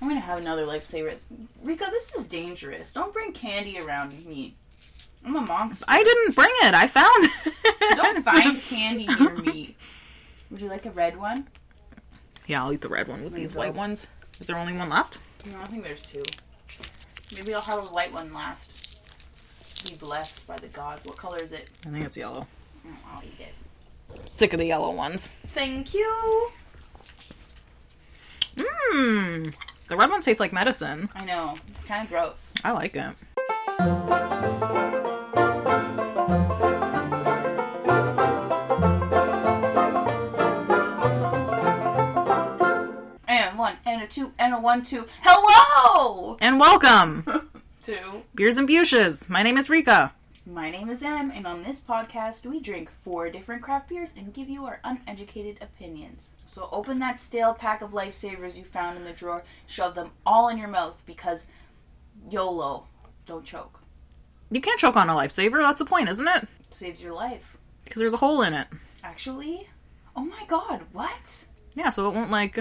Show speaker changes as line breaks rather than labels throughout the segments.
have another lifesaver. Rico, this is dangerous. Don't bring candy around me. I'm a monster.
I didn't bring it. I found it.
Don't find candy near me. Would you like a red one?
Yeah, I'll eat the red one with
There
these
you
white
go.
ones. Is there only one left?
No, I think there's two. Maybe I'll have a white one last. Be blessed by the gods. What color is it?
I think it's yellow.
Oh, I'll eat it.
I'm sick of the yellow ones.
Thank you.
Mmm. The red ones taste like medicine.
I know. Kind of gross.
I like it.
And one, and a two, and a one, two. Hello!
And welcome,
Two.
beers and buches. My name is Rika.
My name is Em, and on this podcast, we drink four different craft beers and give you our uneducated opinions. So open that stale pack of lifesavers you found in the drawer, shove them all in your mouth because YOLO. Don't choke.
You can't choke on a lifesaver. That's the point, isn't it?
Saves your life.
Because there's a hole in it.
Actually, oh my god, what?
Yeah, so it won't like.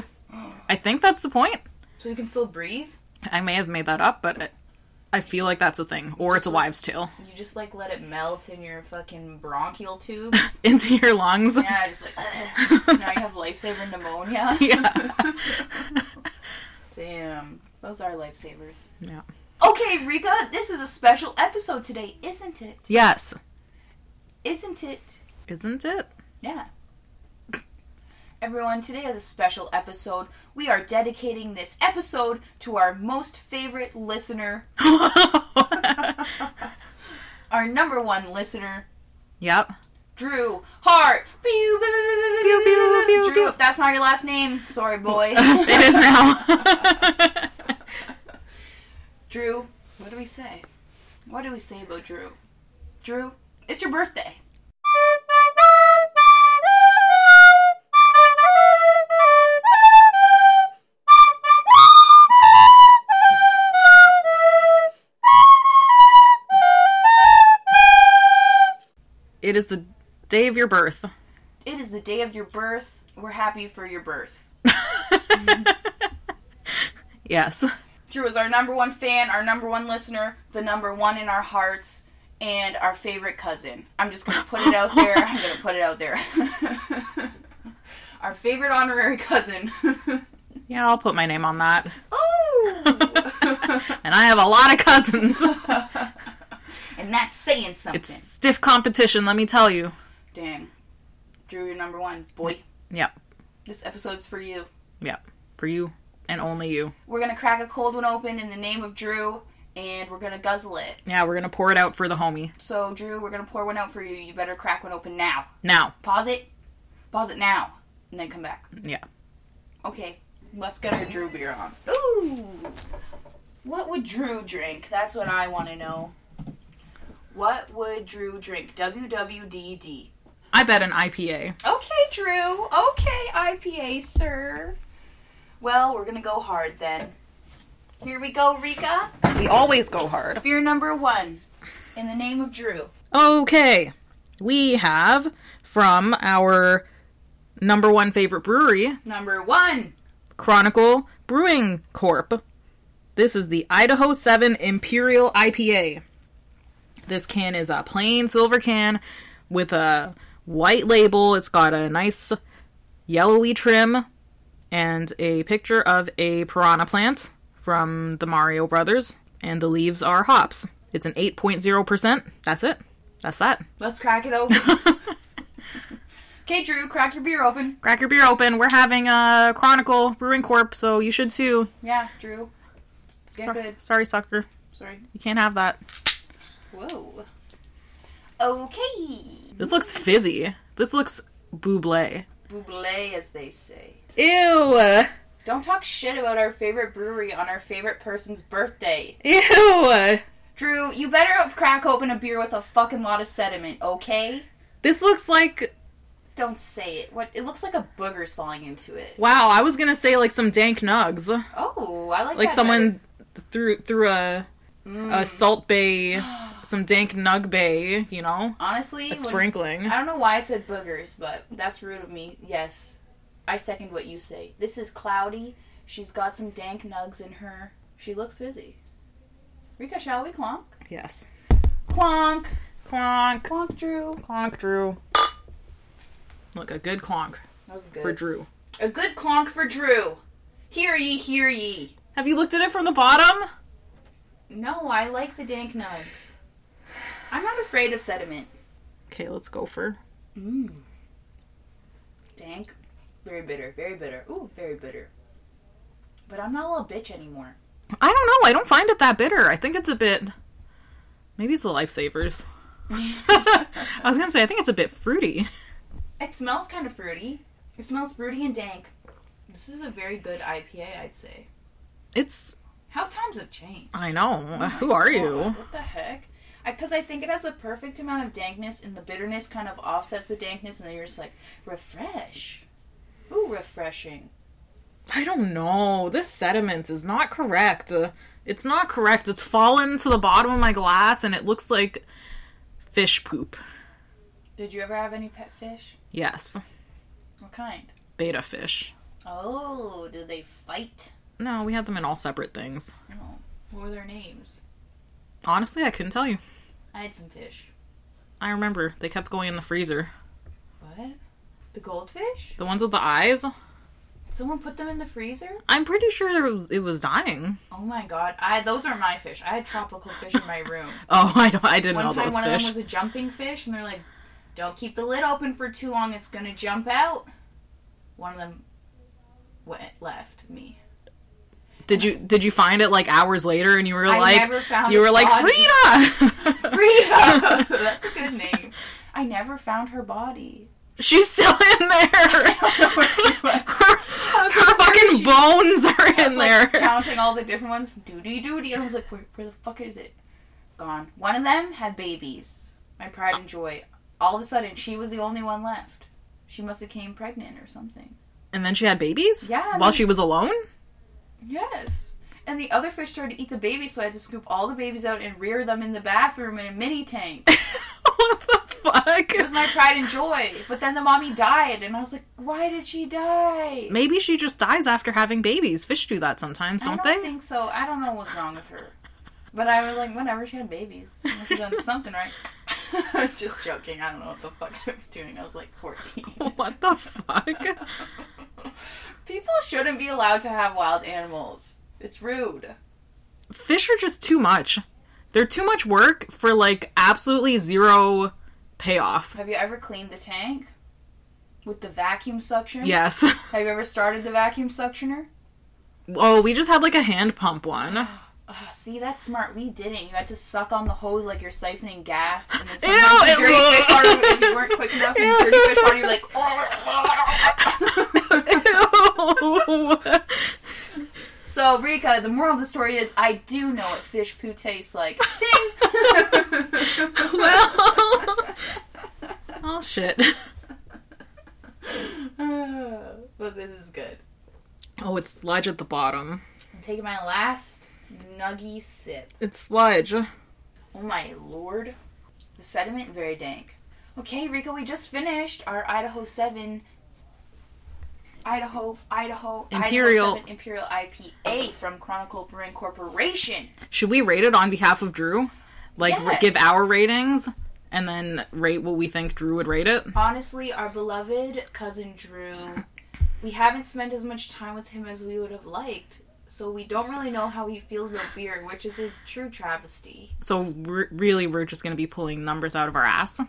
I think that's the point.
So you can still breathe?
I may have made that up, but I, I feel like that's a thing, or it's a wives' tale
You just like let it melt in your fucking bronchial tubes?
into your lungs.
yeah, just like, now you have lifesaver pneumonia.
yeah.
Damn, those are lifesavers.
Yeah.
Okay, Rika, this is a special episode today, isn't it?
yes,
Isn't it?
isn't it?
Yeah. Everyone, today is a special episode. We are dedicating this episode to our most favorite listener, our number one listener,
yep.
Drew Hart. Pew, pew, pew,
Pew, pew, pew,
Drew,
pew.
if that's not your last name, sorry, boy.
it is now.
Drew, what do we say? What do we say about Drew? Drew, it's your birthday.
it is the day of your birth.
It is the day of your birth. We're happy for your birth.
yes.
Drew is our number one fan, our number one listener, the number one in our hearts, and our favorite cousin. I'm just gonna put it out there. I'm gonna put it out there. our favorite honorary cousin.
Yeah, I'll put my name on that.
oh!
And I have a lot of cousins.
and that's saying something.
It's stiff competition, let me tell you.
Dang. Drew, you're number one. Boy,
Yep.
this episode's for you.
Yep. For you and only you.
We're gonna crack a cold one open in the name of Drew, and we're gonna guzzle it.
Yeah, we're gonna pour it out for the homie.
So, Drew, we're gonna pour one out for you. You better crack one open now.
Now.
Pause it. Pause it now, and then come back.
Yeah.
Okay, let's get our Drew beer on. Ooh, what would Drew drink? That's what I want to know. What would Drew drink? WWDD.
I bet an IPA.
Okay, Drew. Okay, IPA, sir. Well, we're gonna go hard then. Here we go, Rika.
We always go hard.
Beer number one, in the name of Drew.
Okay. We have from our number one favorite brewery,
Number one.
Chronicle Brewing Corp. This is the Idaho 7 Imperial IPA. This can is a plain silver can with a white label. It's got a nice yellowy trim and a picture of a piranha plant from the Mario Brothers, and the leaves are hops. It's an 8.0%. That's it. That's that.
Let's crack it open. okay, Drew, crack your beer open.
Crack your beer open. We're having a Chronicle Brewing Corp, so you should too.
Yeah, Drew. Get
Sor-
good.
Sorry, sucker.
Sorry.
You can't have that.
Whoa. Okay.
This looks fizzy. This looks buble.
Buble, as they say.
Ew.
Don't talk shit about our favorite brewery on our favorite person's birthday.
Ew.
Drew, you better crack open a beer with a fucking lot of sediment, okay?
This looks like
Don't say it. What? It looks like a booger's falling into it.
wow. I was gonna say like some dank nugs,
Oh, I like
like
that
someone threw threw a
better. Mm.
a salt bay, some dank nug bay, you know,
Honestly,
a
when-
sprinkling.
I don't know why I said boogers, but that's rude of me. Yes, I second what you say. This is cloudy She's got some dank nugs in her. She looks busy. Rika, shall we clonk?
Yes.
Clonk!
Clonk.
Clonk, Drew.
Clonk, Drew. Look, a good clonk
That was good.
for Drew.
A good clonk for Drew. Hear ye, hear ye.
Have you looked at it from the bottom?
No, I like the dank nugs. I'm not afraid of sediment.
Okay, let's go for.
Mmm. Dank. Very bitter, very bitter. Ooh, very bitter. But I'm not a little bitch anymore.
I don't know. I don't find it that bitter. I think it's a bit. Maybe it's the lifesavers. I was gonna say I think it's a bit fruity.
It smells kind of fruity. It smells fruity and dank. This is a very good IPA, I'd say.
It's.
How times have changed.
I know.
Oh my
Uh, Who are
God,
you?
What the heck? Because I, think it has the perfect amount of dankness, and the bitterness kind of offsets the dankness, and then you're just like, refresh. Ooh, refreshing.
I don't know. This sediment is not correct. Uh, it's not correct. It's fallen to the bottom of my glass and it looks like fish poop.
Did you ever have any pet fish?
Yes,
What kind?
beta fish.
Oh, did they fight?
No, we had them in all separate things.
Oh, what were their names?
Honestly, I couldn't tell you.
I had some fish.
I remember they kept going in the freezer.
What? The goldfish?
The ones with the eyes,
Someone put them in the freezer?
I'm pretty sure it was, it was dying.
Oh my god! I those are my fish. I had tropical fish in my room.
Oh, I don't, I didn't
one
know
time,
those
one of
fish.
them was a jumping fish, and they're like, "Don't keep the lid open for too long; it's gonna jump out." One of them went left me.
Did you did you find it like hours later and you were
I
like
never found
you
her
were like
body.
Frida.
Frida. That's a good name. I never found her body.
She's still in there.
don't know where she went.
Her,
I was
her
like, where
fucking
is she?
bones are
I was,
in
like,
there.
counting all the different ones, duty duty, and I was like, where, where the fuck is it? Gone. One of them had babies. My pride and joy. All of a sudden, she was the only one left. She must have came pregnant or something.
And then she had babies.
Yeah, and
While
then-
she was alone.
Yes. And the other fish started to eat the babies, so I had to scoop all the babies out and rear them in the bathroom in a mini tank.
what the fuck?
It was my pride and joy. But then the mommy died, and I was like, why did she die?
Maybe she just dies after having babies. Fish do that sometimes,
I
don't,
don't
they?
think so. I don't know what's wrong with her. But I was like, whenever she had babies, I must have done something right. Just joking. I don't know what the fuck I was doing. I was like 14.
What the fuck?
People shouldn't be allowed to have wild animals. It's rude.
Fish are just too much. They're too much work for like absolutely zero payoff.
Have you ever cleaned the tank with the vacuum suction?
Yes.
Have you ever started the vacuum suctioner?
Oh, we just had like a hand pump one.
Oh, see, that's smart. We didn't. You had to suck on the hose like you're siphoning gas, and then
Ew,
sometimes the
it
dirty
was-
fish water. If you weren't quick enough, and the dirty fish water, you're like.
Ew.
So, Rika, the moral of the story is I do know what fish poo tastes like. Ting!
well, oh shit.
but this is good.
Oh, it's sludge at the bottom.
I'm taking my last nuggy sip.
It's sludge.
Oh my lord. The sediment, very dank. Okay, Rika, we just finished our Idaho 7. Idaho, Idaho,
Imperial.
Idaho 7 Imperial IPA from Chronicle Brewing Corporation.
Should we rate it on behalf of Drew? Like, r-
Yes.
give our ratings and then rate what we think Drew would rate it?
honestly, our beloved cousin Drew, we haven't spent as much time with him as we would have liked, so we don't really know how he feels about beer, which is a true travesty.
So, re- really, we're just gonna be pulling numbers out of our ass?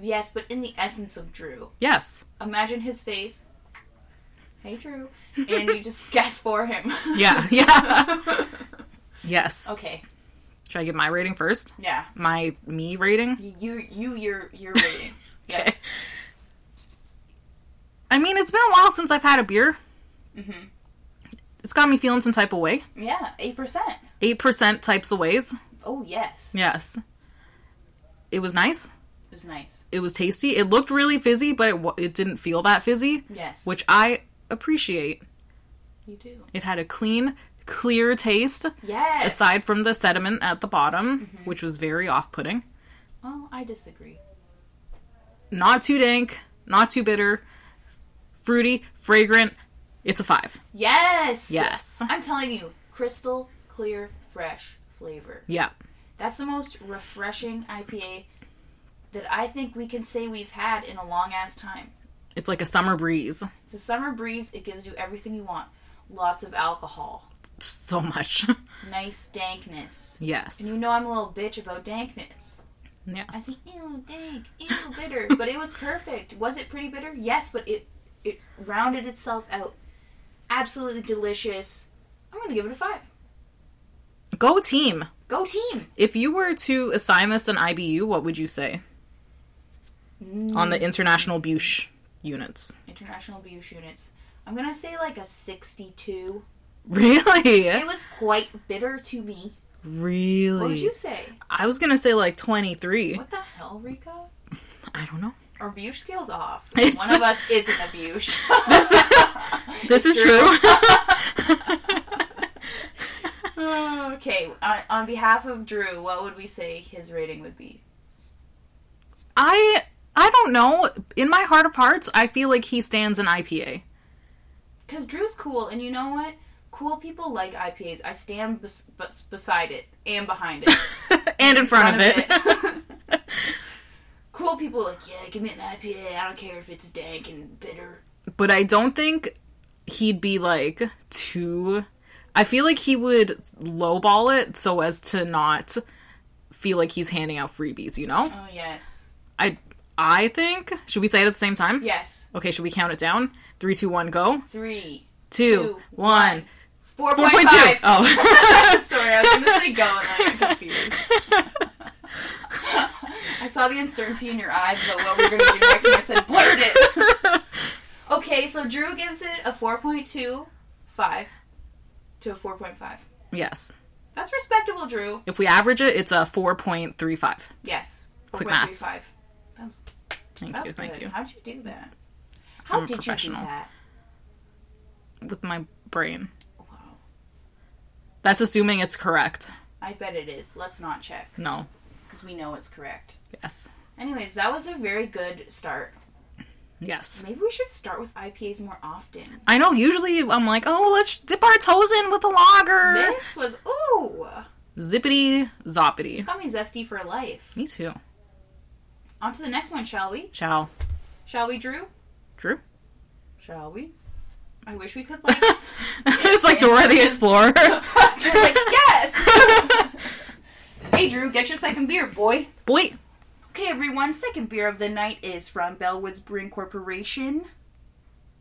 Yes, but in the essence of Drew,
Yes.
imagine his face. Hey, Drew. And you just guess for him.
Yeah, yeah. Yes.
okay.
Should I give my rating first?
Yeah.
My me rating?
You, you, your, your rating. Yes.
I mean, it's been a while since I've had a beer.
Mhm.
It's got me feeling some type of way.
Yeah. Eight percent.
8% types of ways.
Oh yes.
Yes. It was nice.
It was nice.
It was tasty. It looked really fizzy, but it, wa- it didn't feel that fizzy,
Yes.
which I appreciate.
you do.
It had a clean, clear taste,
Yes. Mm-hmm.
aside from the sediment at the bottom, which was very off putting.
Oh, I disagree.
Not too dank, not too bitter, fruity, fragrant, It's a five.
Yes.
Yes.
I'm telling you, crystal clear, fresh flavor.
Yeah.
That's the most refreshing IPA that I think we can say we've had in a long ass time.
It's like a summer breeze.
It's a summer breeze. It gives you everything you want. Lots of alcohol.
So much.
Nice dankness. And
yes.
you know I'm a little bitch about dankness. I
Yes.
think ew dank, ew bitter, but it was perfect. Was it pretty bitter? Yes, but it it rounded itself out. Absolutely delicious. I'm gonna give it a five.
Go team.
Go team.
If you were to assign this an IBU, what would you say on the international Buche units?
Mm. international abuse units. I'm gonna say like a 62.
Really?
It was quite bitter to me.
Really?
What would you say?
I was gonna say like 23.
What the hell, Rika?
I don't know.
Our abuse scale's off.
It's-
One of us is an abuse.
This- This is true.
okay, on, on behalf of Drew, what would we say his rating would be?
I I don't know. In my heart of hearts, I feel like he stands an IPA.
Because Drew's cool, and you know what? Cool people like IPAs. I stand bes- bes- beside it and behind it.
and in front of it.
cool people are like, yeah, give me an IPA. I don't care if it's dank and bitter.
but I don't think he'd be like too I feel like he would lowball it so as to not feel like he's handing out freebies, you know?
Oh, yes.
I I think should we say it at the same time?
Yes.
Okay, should we count it down? Three, two, one, go.
Three.
Two,
Two,
one,
Four
four
point
point two.
five.
Oh.
Sorry, I was gonna say go, and I got confused. I saw the uncertainty in your eyes about what we're gonna do next, and I said, blurt it. Okay, so Drew gives it a four point two five to a four point five.
yes.
That's respectable, Drew.
If we average it, it's a four point three five.
Yes.
Quick
4.35. That was,
Thank
that
you,
was
thank
good.
you.
How'd you do that? How
I'm a
did you do
professional.
that?
With my brain.
Wow.
That's assuming it's correct.
I bet it is. Let's not check
No.
because we know it's correct.
Yes.
Anyways, that was a very good start.
Yes.
Maybe we should start with IPAs more often.
I know. Usually, I'm like, oh, let's dip our toes in with a lager.
This was ooh,
Zippity zoppity.
it's got me zesty for life.
Me too.
On to the next one, shall we?
Shall
Shall we, Drew?
Drew?
Shall we? I wish we could like
it's like Dora the Explorer.
just like yes. hey, Drew, get your second beer, boy.
Boy,
Okay, everyone, second beer of the night is from Bellwoods Brewing Corporation.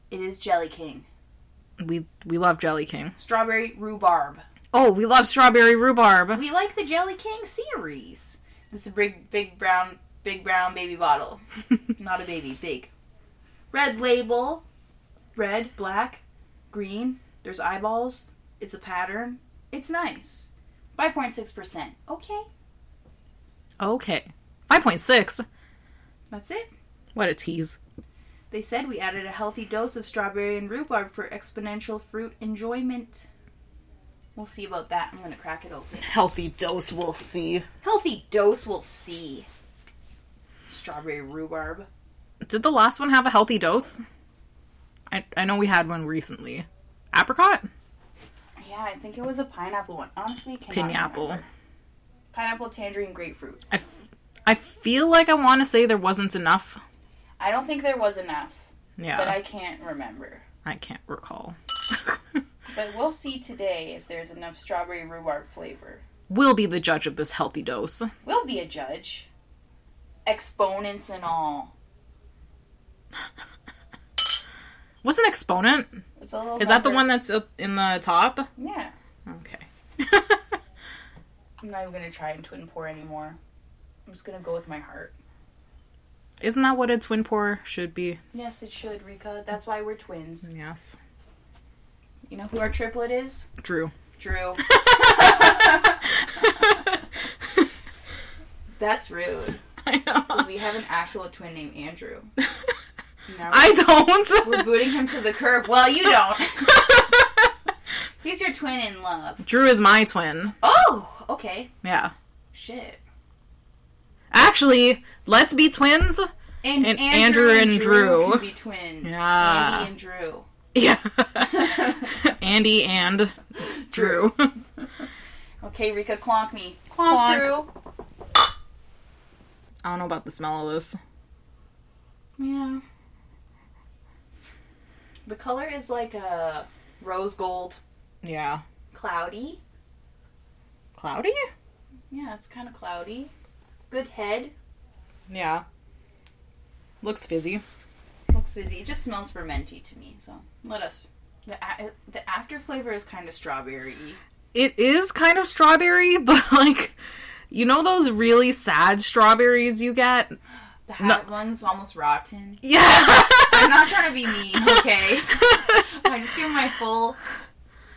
It is Jelly King,
we we love Jelly King.
strawberry rhubarb.
Oh, we love strawberry rhubarb.
We like the Jelly King series. This is a big, big brown, big brown baby bottle. Not a baby, big. Red label. Red, black, green. There's eyeballs. It's a pattern. It's nice. 5.6%. Okay,
okay, five point six.
that's it.
What a tease.
They said we added a healthy dose of strawberry and rhubarb for exponential fruit enjoyment. We'll see about that. I'm gonna crack it open.
Healthy dose. We'll see.
Healthy dose, we'll see. Strawberry rhubarb.
Did the last one have a healthy dose? I I know we had one recently. Apricot.
Yeah, I think it was a pineapple one. Honestly, cannot
Pineapple.
remember. Pineapple, tangerine, grapefruit.
I, f- I feel like I want to say there wasn't enough.
I don't think there was enough,
Yeah,
but I can't remember.
I can't recall.
But we'll see today if there's enough strawberry rhubarb flavor.
we'll be the judge of this healthy dose.
We'll be a judge. Exponents and all.
What's an exponent?
It's a little
Is that the
number-
one that's up in the top?
Yeah.
Okay.
I'm not even gonna try and twin pour anymore. I'm just gonna go with my heart.
Isn't that what a twin pour should be?
Yes, it should, Rika. That's why we're twins.
Yes.
You know who our triplet is?
Drew.
Drew. That's rude.
I know.
We have an actual twin named Andrew. Now
I
we're
don't.
booting him to the curb. Well, you don't. He's your twin in love.
Drew is my twin.
Oh, okay.
Yeah.
Shit.
Actually, let's be twins.
And,
And
Andrew,
Andrew
and
and
Drew,
Drew.
can be twins.
Yeah.
Andy and Drew.
Yeah. Andy and Drew.
Okay, Rika, clonk me.
Clonk.
Clonk, Drew.
I don't know about the smell of this.
Yeah. The color is like a rose gold,
Yeah.
cloudy.
Cloudy?
Yeah, it's kind of cloudy. Good head.
Yeah. Looks fizzy.
Looks fizzy. It just smells fermenty to me. So let us. The a- the after flavor is kind of strawberry.
It is kind of strawberry, but like, you know those really sad strawberries you get?
The
No.
hat one's almost rotten.
Yeah.
I'm not trying to be mean, okay? I just give my full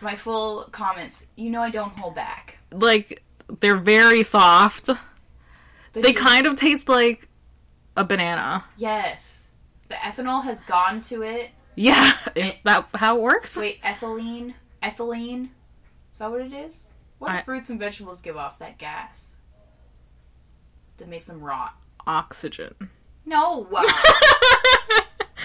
my full comments. You know I don't hold back.
like, they're very soft.
The
They
ju-
kind of taste like a banana.
yes. The ethanol has gone to it.
Yeah. Is that how it works?
Wait, ethylene, ethylene. Is that what it is? What do
I-
fruits and vegetables give off that gas that makes them rot?
Oxygen.
No,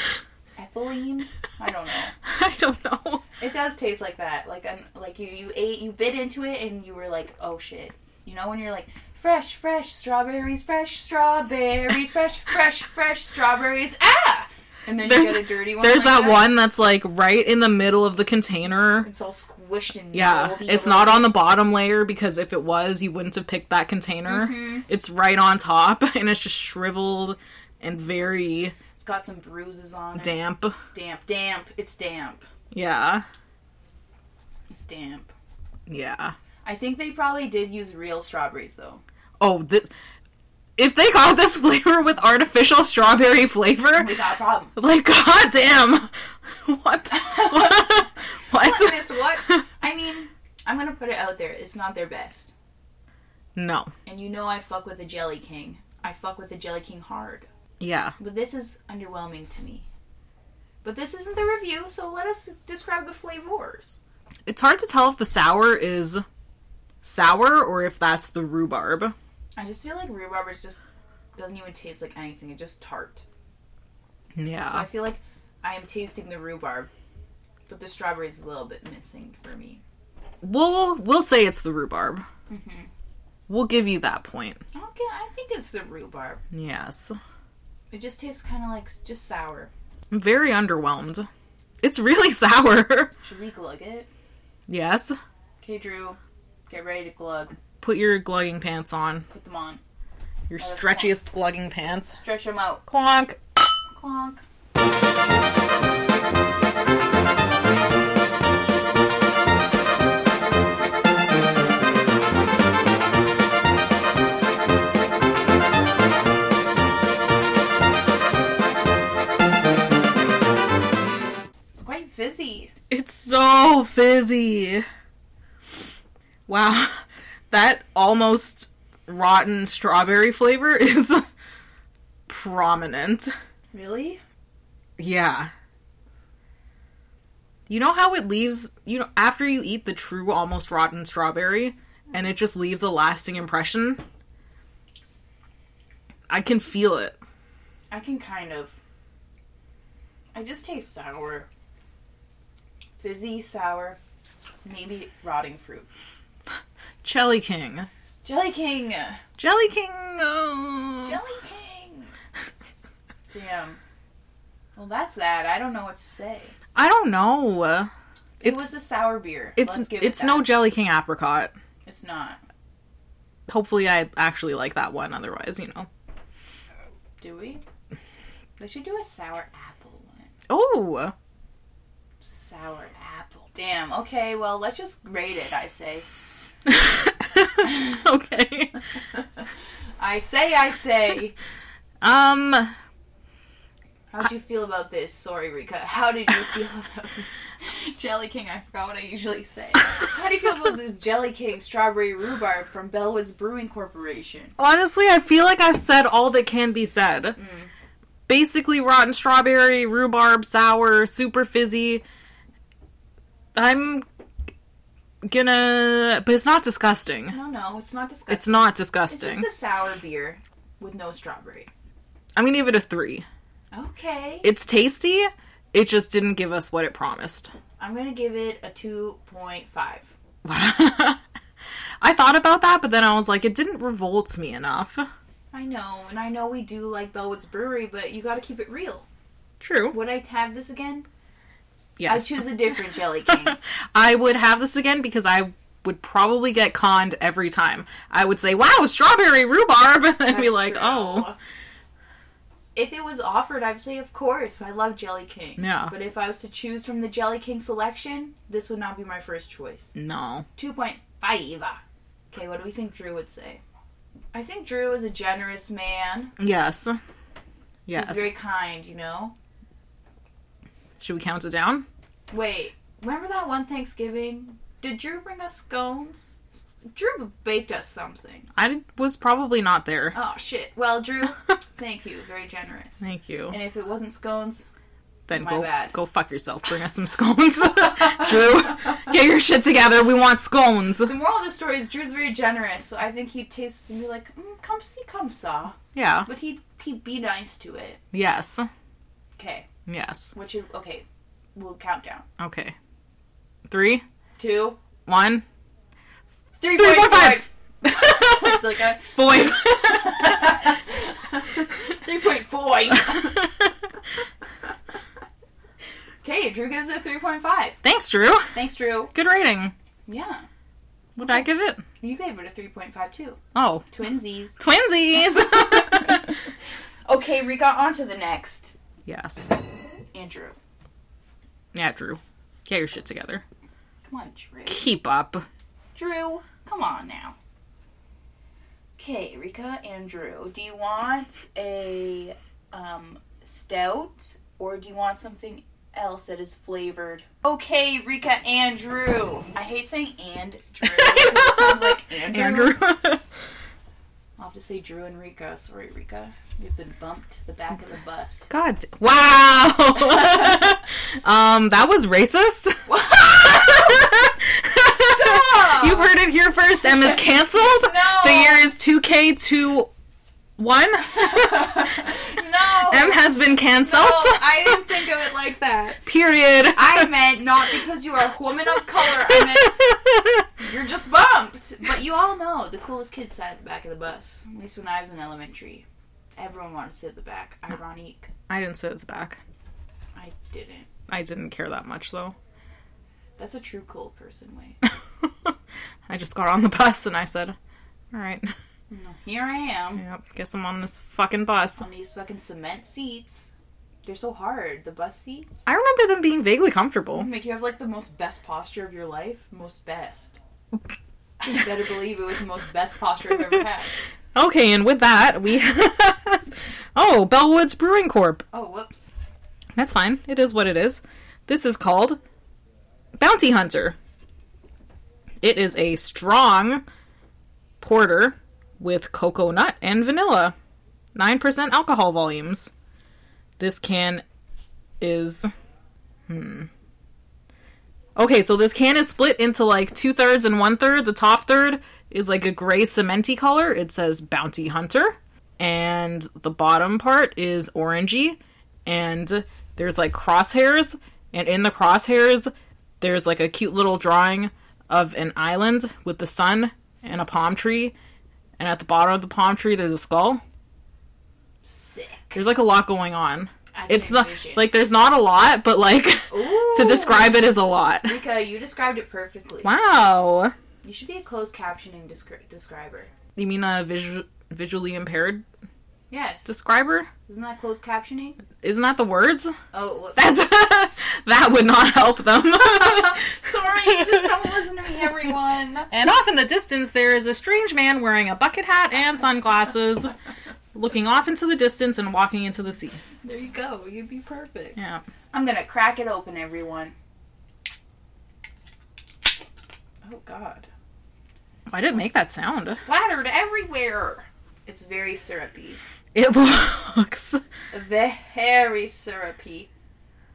ethylene. I don't know.
I don't know.
It does taste like that. Like an, like you you ate you bit into it and you were like, "Oh shit." You know when you're like, "Fresh, fresh strawberries, fresh strawberries, fresh, fresh, fresh strawberries." Ah! And then
There's-
you get a dirty one.
There's
like
that one that's like right in the middle of the container.
It's all squished and
Yeah,
moldy
it's
a
not
little
on the bottom layer because if it was, you wouldn't have picked that container.
Mhm.
It's right on top and it's just shriveled and very
bit. It's got some bruises on it.
damp.
Damp, damp. It's damp.
Yeah.
It's damp.
Yeah.
I think they probably did use real strawberries though.
Oh, th- if they got this flavor with artificial strawberry flavor,
We got a problem.
like god damn. What? The- what?
What is what? I mean, I'm gonna put it out there. It's not their best.
No.
And you know I fuck with the Jelly King. I fuck with the Jelly King hard.
Yeah.
But this is underwhelming to me. But this isn't the review, so let us describe the flavors.
It's hard to tell if the sour is sour or if that's the rhubarb.
I just feel like rhubarb is just doesn't even taste like anything. It's just tart. So I
Yeah.
feel like I am tasting the rhubarb, but the strawberry is a little bit missing for me.
We'll we'll say it's the rhubarb.
Mhm.
We'll give you that point.
Okay, I think it's the rhubarb.
Yes.
It just tastes kind of like s- just sour.
I'm very underwhelmed. It's really sour.
Should we glug it?
yes.
Okay, Drew, get ready to glug.
Put your glugging pants on.
Put them on.
Your
Oh, that's
stretchiest glugging pants.
Stretch them out.
Clonk.
Clonk. It's quite fizzy.
It's so fizzy. Wow. That almost rotten strawberry flavor is prominent.
Really?
Yeah. You know how it leaves, you know, after you eat the true almost rotten strawberry and it just leaves a lasting impression? I can feel it.
I can kind of. I just taste sour. Fizzy, sour, maybe rotting fruit.
Jelly King.
Jelly King!
Jelly King. oh.
Jelly King! Damn. Well, that's that. I don't know what to say.
I don't know.
It
It's
was a sour beer.
it's
Let's give it
it's no
that.
Jelly King apricot.
It's not.
Hopefully I actually like that one otherwise, you know.
Do we? They should do a sour apple one.
Oh,
Sour apple. Damn. Okay, well, let's just rate it, I say.
okay.
I say, I say.
Um
How'd you feel about this? Sorry, Rika. How did you feel about this? Jelly King, I forgot what I usually say. How do you feel about this Jelly King strawberry rhubarb from Bellwoods Brewing Corporation?
Honestly, I feel like I've said all that can be said.
Mm.
Basically, rotten strawberry, rhubarb, sour, super fizzy. I'm gonna, but it's not disgusting.
No, no, it's not disgusting.
It's not
It's
disgusting.
just a sour beer with no strawberry.
I'm gonna give it a three.
Okay.
It's tasty. It just didn't give us what it promised.
I'm gonna give it a two point five.
I thought about that, but then I was like, it didn't revolt me enough.
I know, and I know we do like Bellwoods Brewery, but you gotta keep it real.
True.
Would I have this again?
Yes.
I choose a different Jelly King.
I would have this again because I would probably get conned every time. I would say, "Wow, strawberry rhubarb," and
That's
be like,
true.
"Oh,
If it was offered, I'd say, of course, I love Jelly King.
Yeah.
But if I was to choose from the Jelly King selection, this would not be my first choice.
no."
2.5. Okay, what do we think Drew would say? I think Drew is a generous man.
Yes. Yes.
He's very kind, you know?
Should we count it down?
Wait, remember that one Thanksgiving? Did Drew bring us scones? Drew baked us something.
I was probably not there.
Oh, shit. Well, Drew, thank you. Very generous.
Thank you.
And if it wasn't scones,
Then
my
go
bad.
go fuck yourself. Bring us some scones. Drew, get your shit together. We want scones.
The moral of the story is Drew's very generous, so I think he tastes and be like, mm, "Come see, come saw,"
Yeah.
but he he be nice to it.
Yes.
Okay,
Yes.
what you okay? We'll count down.
Okay. Three,
Two,
one,
three,
three, four,
point
five.
five. like a,
Boy.
three point four. Okay, Drew gives it a three point five.
Thanks, Drew.
Thanks, Drew.
Good rating.
Yeah,
Would I give it?
you gave it a three point five too.
Oh,
Twinsies.
twinsies.
Okay, Rika, on to the next.
yes.
Andrew,
Yeah, Drew. Get your shit together.
come on, Drew.
Keep up.
Drew, come on now. Okay, Rika and Drew, do you want a um, stout or do you want something else that is flavored? Okay, Rika and Drew. I hate saying and Drew. 'cause it sounds like Andrew.
Andrew.
I'll have to say Drew and Rika. Sorry, Rika. You've been bumped to the back of the bus.
God. d- Wow. um, that was racist.
Stop!
You've heard it here first. M is canceled.
No.
The year is 2K21.
No.
M has been canceled.
no, I didn't think of it like that.
Period.
I meant not because you are a woman of color. I meant You're just bumped. But you all know the coolest kids sat at the back of the bus. At least when I was in elementary, everyone wanted to sit at the back. Ironic,
I didn't sit at the back.
I didn't.
I didn't care that much though.
That's a true cool person way.
I just got on the bus and I said, "All right,
Here I am
yep, guess I'm on this fucking bus."
on these fucking cement seats. They're so hard. The bus seats
I remember them being vaguely comfortable.
make you have like the most best posture of your life. Most best. You better believe it was the most best posture I've ever had.
Okay, and with that, we Oh, Bellwoods Brewing Corp.
Oh, whoops.
That's fine. It is what it is. This is called Bounty Hunter. It is a strong porter with cocoa nut and vanilla. 9% alcohol volumes. This can is. Hmm. Okay, so this can is split into like two thirds and one third. The top third is like a gray cementy color. It says Bounty Hunter. And the bottom part is orangey. And there's like crosshairs. And in the crosshairs, there's like a cute little drawing of an island with the sun and a palm tree. And at the bottom of the palm tree, there's a skull.
Sick.
There's like a lot going on.
I can
It's not
envision.
like there's not a lot, but like
Ooh.
to describe it is a lot.
Rika, you described it perfectly.
Wow.
You should be a closed captioning descri- describer.
You mean a visu- visually impaired
Yes.
describer?
Isn't that closed captioning?
Isn't that the words?
Oh,
That that would not help them.
sorry. Just don't listen to me, everyone.
and off in the distance, there is a strange man wearing a bucket hat and sunglasses, looking off into the distance and walking into the sea.
There you go. You'd be perfect.
Yeah.
I'm gonna crack it open, everyone. Oh God!
Why did it make that sound?
Splattered everywhere. It's very syrupy.
It looks.
Very syrupy.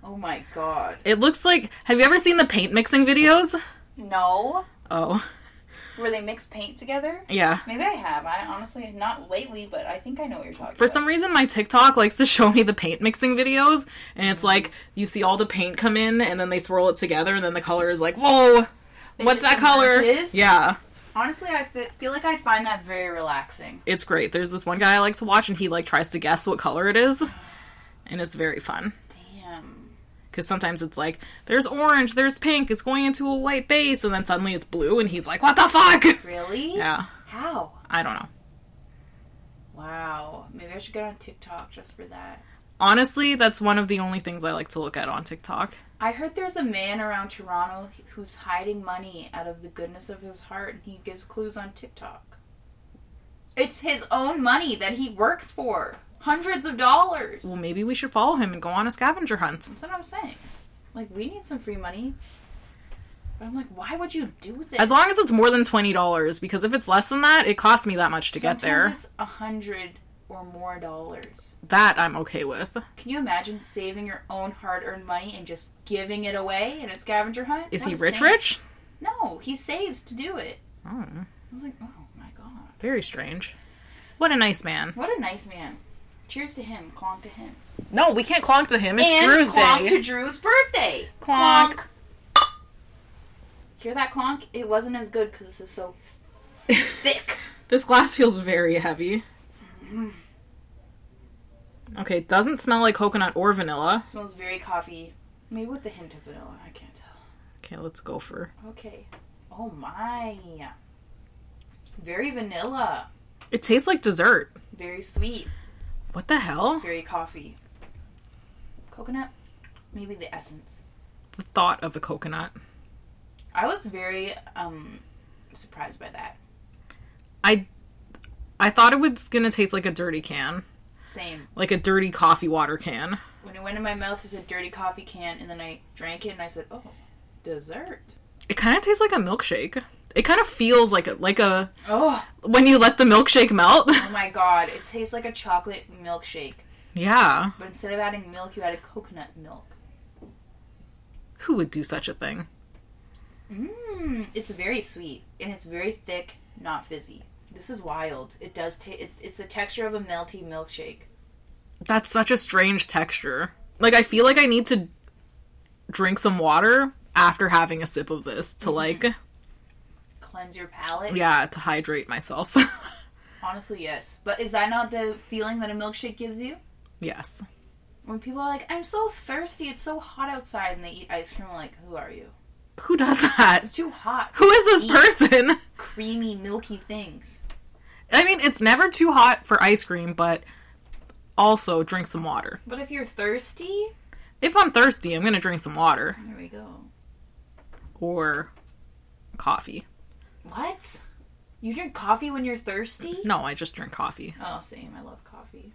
Oh my God!
It looks like. Have you ever seen the paint mixing videos?
No.
Oh.
where they mix paint together.
Yeah.
Maybe I have. I honestly not lately, but I think I know what you're talking
For
about.
some reason, my TikTok likes to show me the paint mixing videos, and it's like you see all the paint come in, and then they swirl it together, and then the color is like, whoa,
They
what's
just
that color?
emerges.
Yeah,
Honestly, I fe- feel like I'd find that very relaxing.
it's great. There's this one guy I like to watch, and he like tries to guess what color it is, and it's very fun.
Damn.
Because sometimes it's like, there's orange, there's pink, it's going into a white base, and then suddenly it's blue, and he's like, what the fuck?
Really?
Yeah,
How?
I don't know.
Wow. Maybe I should get on TikTok just for that.
Honestly, that's one of the only things I like to look at on TikTok.
I heard there's a man around Toronto who's hiding money out of the goodness of his heart and he gives clues on TikTok. It's his own money that he works for. Hundreds of dollars.
Well, maybe we should follow him and go on a scavenger hunt.
That's what I'm saying. Like, we need some free money. But I'm like, why would you do this?
As long as it's more than twenty dollars, because if it's less than that, it costs me that much to get there.
Sometimes It's a hundred or more dollars.
That I'm okay with.
Can you imagine saving your own hard-earned money and just giving it away in a scavenger hunt?
Is
What
he
a
rich?
saint.
Rich?
No, he saves to do it.
Oh,
I was like, oh my god,
very strange. What a nice man.
what a nice man. Cheers to him. Clonk to him.
No, we can't clonk to him. It's
and
Drew's
clonk
day.
to Drew's birthday.
Clonk.
Hear that clonk? It wasn't as good because this is so thick.
this glass feels very heavy. Okay, it doesn't smell like coconut or vanilla.
smells very coffee. Maybe with the hint of vanilla. I can't tell.
Okay, let's go for.
Okay. Oh my. Very vanilla.
It tastes like dessert.
Very sweet.
What the hell?
Very coffee. Coconut? Maybe the essence.
The thought of a coconut.
I was very um surprised by that.
I thought it was gonna taste like a dirty can,
Same.
like a dirty coffee water can.
When it went in my mouth, it's a dirty coffee can, and then I drank it and I said, oh, dessert.
It kind of tastes like a milkshake. It kind of feels like a like a
Oh,
when you let the milkshake melt.
oh my god. It tastes like a chocolate milkshake,
yeah,
but instead of adding milk, you added coconut milk.
who would do such a thing?
Mmm, it's very sweet and it's very thick, not fizzy. This is wild. It does taste. It, it's the texture of a melty milkshake.
That's such a strange texture. Like I feel like I need to drink some water after having a sip of this to like
Cleanse your palate.
yeah, to hydrate myself.
Honestly, yes. But is that not the feeling that a milkshake gives you?
yes.
When people are like, "I'm so thirsty. It's so hot outside," and they eat ice cream, I'm like, "Who are you?
Who does that?
It's too hot.
Who is this person?
Creamy, milky things."
I mean, it's never too hot for ice cream, but also drink some water.
But if you're thirsty,
If I'm thirsty, I'm going to drink some water
there we go.
or coffee.
What? You drink coffee when you're thirsty?
No, I just drink coffee.
Oh, same. I love coffee.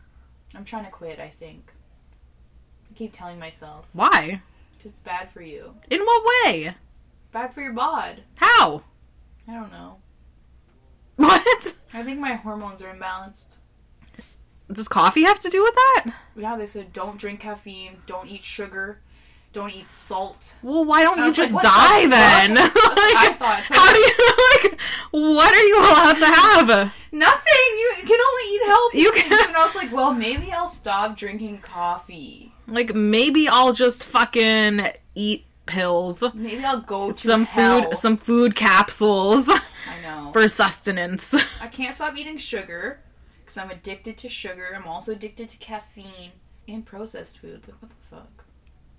I'm trying to quit, I think. I keep telling myself,
Why?
'cause it's bad for you.
In what way?
Bad for your bod.
How?
I don't know.
What?
I think my hormones are imbalanced.
Does coffee have to do with that?
Yeah, they said don't drink caffeine, don't eat sugar, don't eat salt.
Well, why don't
I
you
was like,
just
what
die
the
then?
fuck? That's what I
Like,
thought, so-
how do you like? What are you allowed to have?
Nothing! You can only eat healthy.
You
things.
can-
And I was like, well, maybe I'll stop drinking coffee.
Like maybe I'll just fucking eat pills,
Maybe I'll go to
some
hell.
food, some food capsules
I know.
for sustenance.
I can't stop eating sugar because I'm addicted to sugar. I'm also addicted to caffeine and processed food. Like, what the fuck?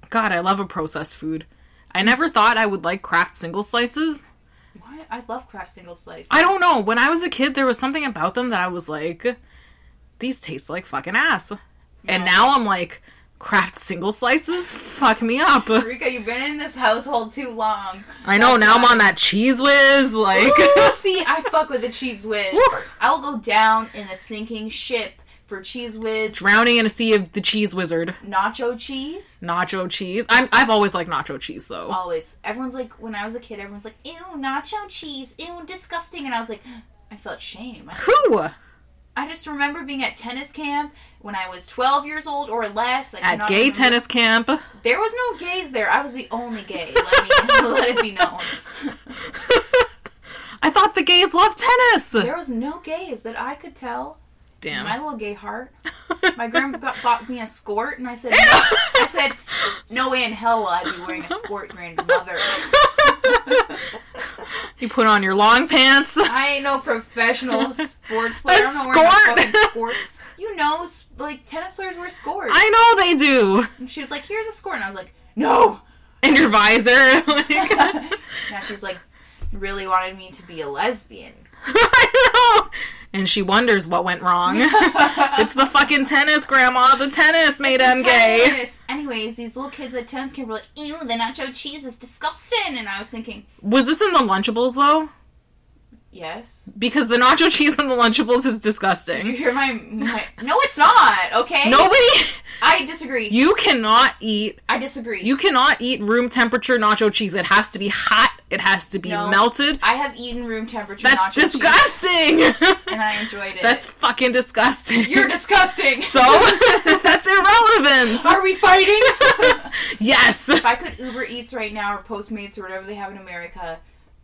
God, I love a processed food. I never thought I would like Kraft single slices.
Why? I love Kraft single slice.
I don't know. When I was a kid, there was something about them that I was like, these taste like fucking ass. And
No.
now I'm like, Kraft single slices? Fuck me up.
Rika, you've been in this household too long.
I know,
That's
now I'm
why-
on that cheese whiz. Like,
Ooh, see, I fuck with the cheese whiz.
Woo.
I'll go down in a sinking ship for cheese whiz,
drowning in a sea of the cheese wizard.
nacho cheese.
Nacho cheese. I'm, I've always liked nacho cheese, though.
Always, everyone's like, when I was a kid, everyone's like, "Ew, nacho cheese, ew, disgusting," and I was like, I felt shame. I
Who?
I just remember being at tennis camp when I was 12 years old or less. I
At
cannot
gay
remember.
tennis camp.
There was no gays there. I was the only gay. Let, me, let it be known.
I thought the gays loved tennis.
There was no gays that I could tell.
Damn.
My little gay heart. My grandma got, bought me a skirt, and I said, I said, no way in hell will I be wearing a skirt, grandmother.
you put on your long pants.
I ain't no professional sports player.
A
I'm not wearing a
skort.
fucking skort. You know, s- like tennis players wear skirts.
I know they do.
And she was like, "Here's a skirt," and I was like, "No."
And your visor. Like,
Now she's like, really wanted me to be a lesbian.
I know. And she wonders what went wrong. it's the fucking tennis, Grandma. The tennis made him gay.
Tennis. Anyways, these little kids at tennis camp were like, "Ew, the nacho cheese is disgusting," and I was thinking,
Was this in the Lunchables though?
"Yes."
Because the nacho cheese in the Lunchables is
Did you
disgusting.
hear my? my no, it's not. Okay.
Nobody,
I disagree.
you cannot eat.
I disagree.
You cannot eat room temperature nacho cheese. It has to be hot. It has to be
No.
melted.
I have eaten room temperature.
That's
nacho cheese,
disgusting.
and I enjoyed it.
That's fucking disgusting.
you're disgusting.
so that's irrelevant.
Are we fighting?
Yes.
if I could Uber Eats right now or Postmates or whatever they have in America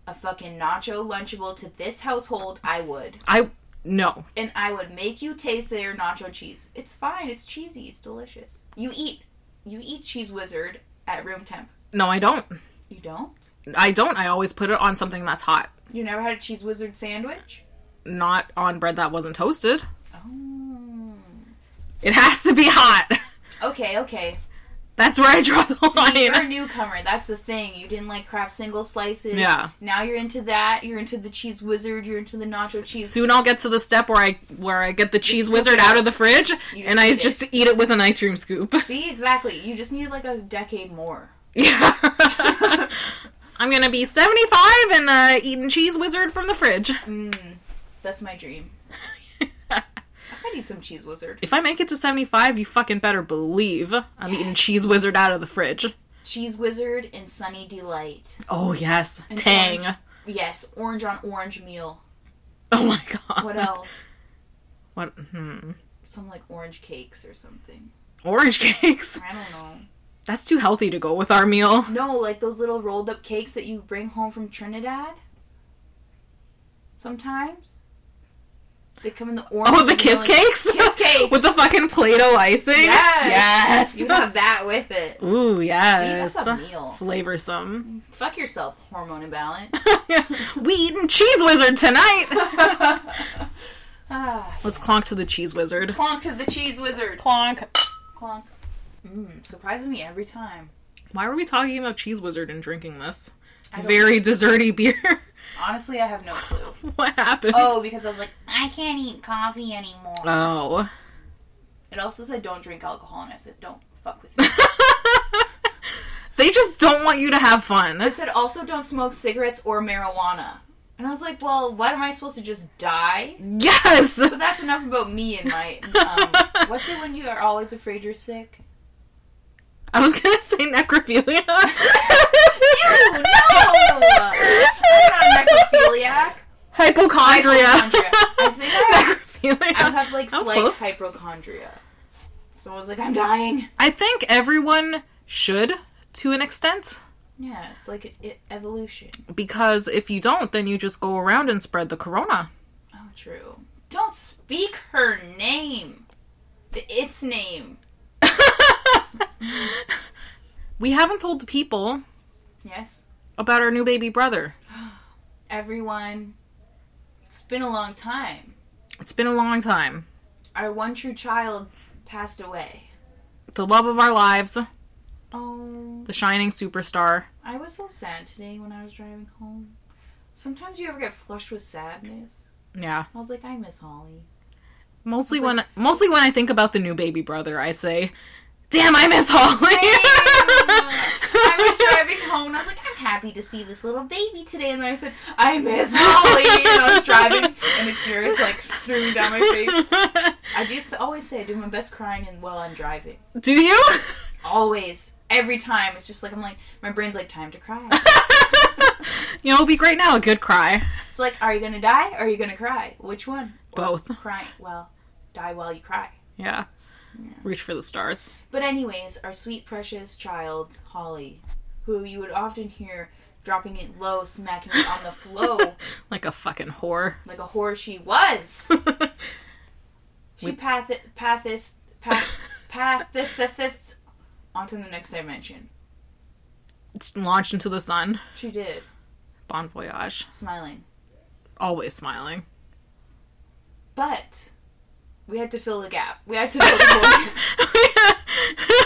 a fucking nacho lunchable to this household, I would.
I no.
And I would make you taste their nacho cheese. It's fine, it's cheesy, it's delicious. You eat you eat cheese wizard at room temp.
No, I don't.
You don't?
I don't. I always put it on something that's hot,
You never had a cheese wizard sandwich?
not on bread that wasn't toasted.
Oh.
It has to be hot.
Okay, okay.
That's where I draw the
See, you're a
line.
newcomer. That's the thing. You didn't like craft single slices.
Yeah.
Now you're into that. You're into the cheese wizard. You're into the nacho cheese.
Soon I'll get to the step where I where I get the cheese
scoop
wizard
it
out
up.
of the fridge
You
and I
just eat it.
just eat it with an ice cream scoop.
See, exactly. You just need like a decade more.
Yeah. I'm gonna be 75 and uh, eating cheese wizard from the fridge.
Mm, that's my dream. I could eat some cheese wizard.
If I make it to 75, you fucking better believe I'm eating cheese wizard out of the fridge.
Cheese wizard and sunny delight.
Oh yes,
And
tang.
orange- Yes, orange on orange meal.
Oh my god.
What else?
What? Hmm.
Some like orange cakes or something.
Orange cakes.
I don't know.
That's too healthy to go with our meal.
No, like those little rolled up cakes that you bring home from Trinidad. Sometimes they come in the orange.
Oh, the
and
kiss
they're, like,
cakes?
Kiss cakes.
with the fucking Play-Doh icing?
Yes.
Yes.
You have that with it.
Ooh, yes.
that's a meal.
Flavorsome.
Fuck yourself, hormone imbalance.
we eating cheese wizard tonight.
ah,
Let's clonk to the cheese wizard.
clonk to the cheese wizard.
Clonk.
Clonk. Mmm, surprises me every time.
Why were we talking about cheese wizard and drinking this
I don't-
very desserty beer?
honestly, I have no clue.
what happened?
Oh, because I was like, I can't eat coffee anymore.
Oh.
it also said don't drink alcohol, and I said don't fuck with me.
they just don't want you to have fun.
it said also don't smoke cigarettes or marijuana, and I was like, well, what am I supposed to just die?
Yes.
But that's enough about me and my. Um, what's it when you are always afraid you're sick?
I was gonna say necrophilia.
Ew, no! I'm not a necrophiliac.
Hypochondria.
Hypochondria. I think I-
necrophilia.
I have like
That was
slight
close.
hypochondria. Someone was like, I'm dying.
I think everyone should to an extent
Yeah, it's like it, it, evolution.
because if you don't, then you just go around and spread the corona.
Oh, true. Don't speak her name. The its name.
we haven't told the people
Yes,
about our new baby brother.
everyone. It's been a long time.
It's been a long time.
Our one true child passed away.
The love of our lives,
Oh,
the shining superstar.
I was so sad today when I was driving home. Sometimes you ever get flushed with sadness.
Yeah.
I was like, I miss Holly.
Mostly
It's
when mostly when I think about the new baby brother, I say, "Damn, I miss Holly."
I was driving home and I was like, I'm happy to see this little baby today. And then I said, I miss Holly. And I was driving and the tears like streaming down my face. I just always say I do my best crying and while I'm driving.
Do you?
Always. Every time. It's just like, I'm like, my brain's like, time to cry.
you know, it'll be great now. A good cry.
It's like, are you going to die or are you going to cry? Which one?
Both.
Cry. Well, die while you cry.
Yeah. Reach for the stars.
But anyways, our sweet precious child, Holly, who you would often hear dropping it low, smacking it on the flow
like a fucking whore.
like a whore she was. She
We-
path pathis path pathis onto the next dimension.
Launched into the sun.
She did
Bon voyage.
smiling,
Always smiling.
but we had to fill the gap. We had to fill the void.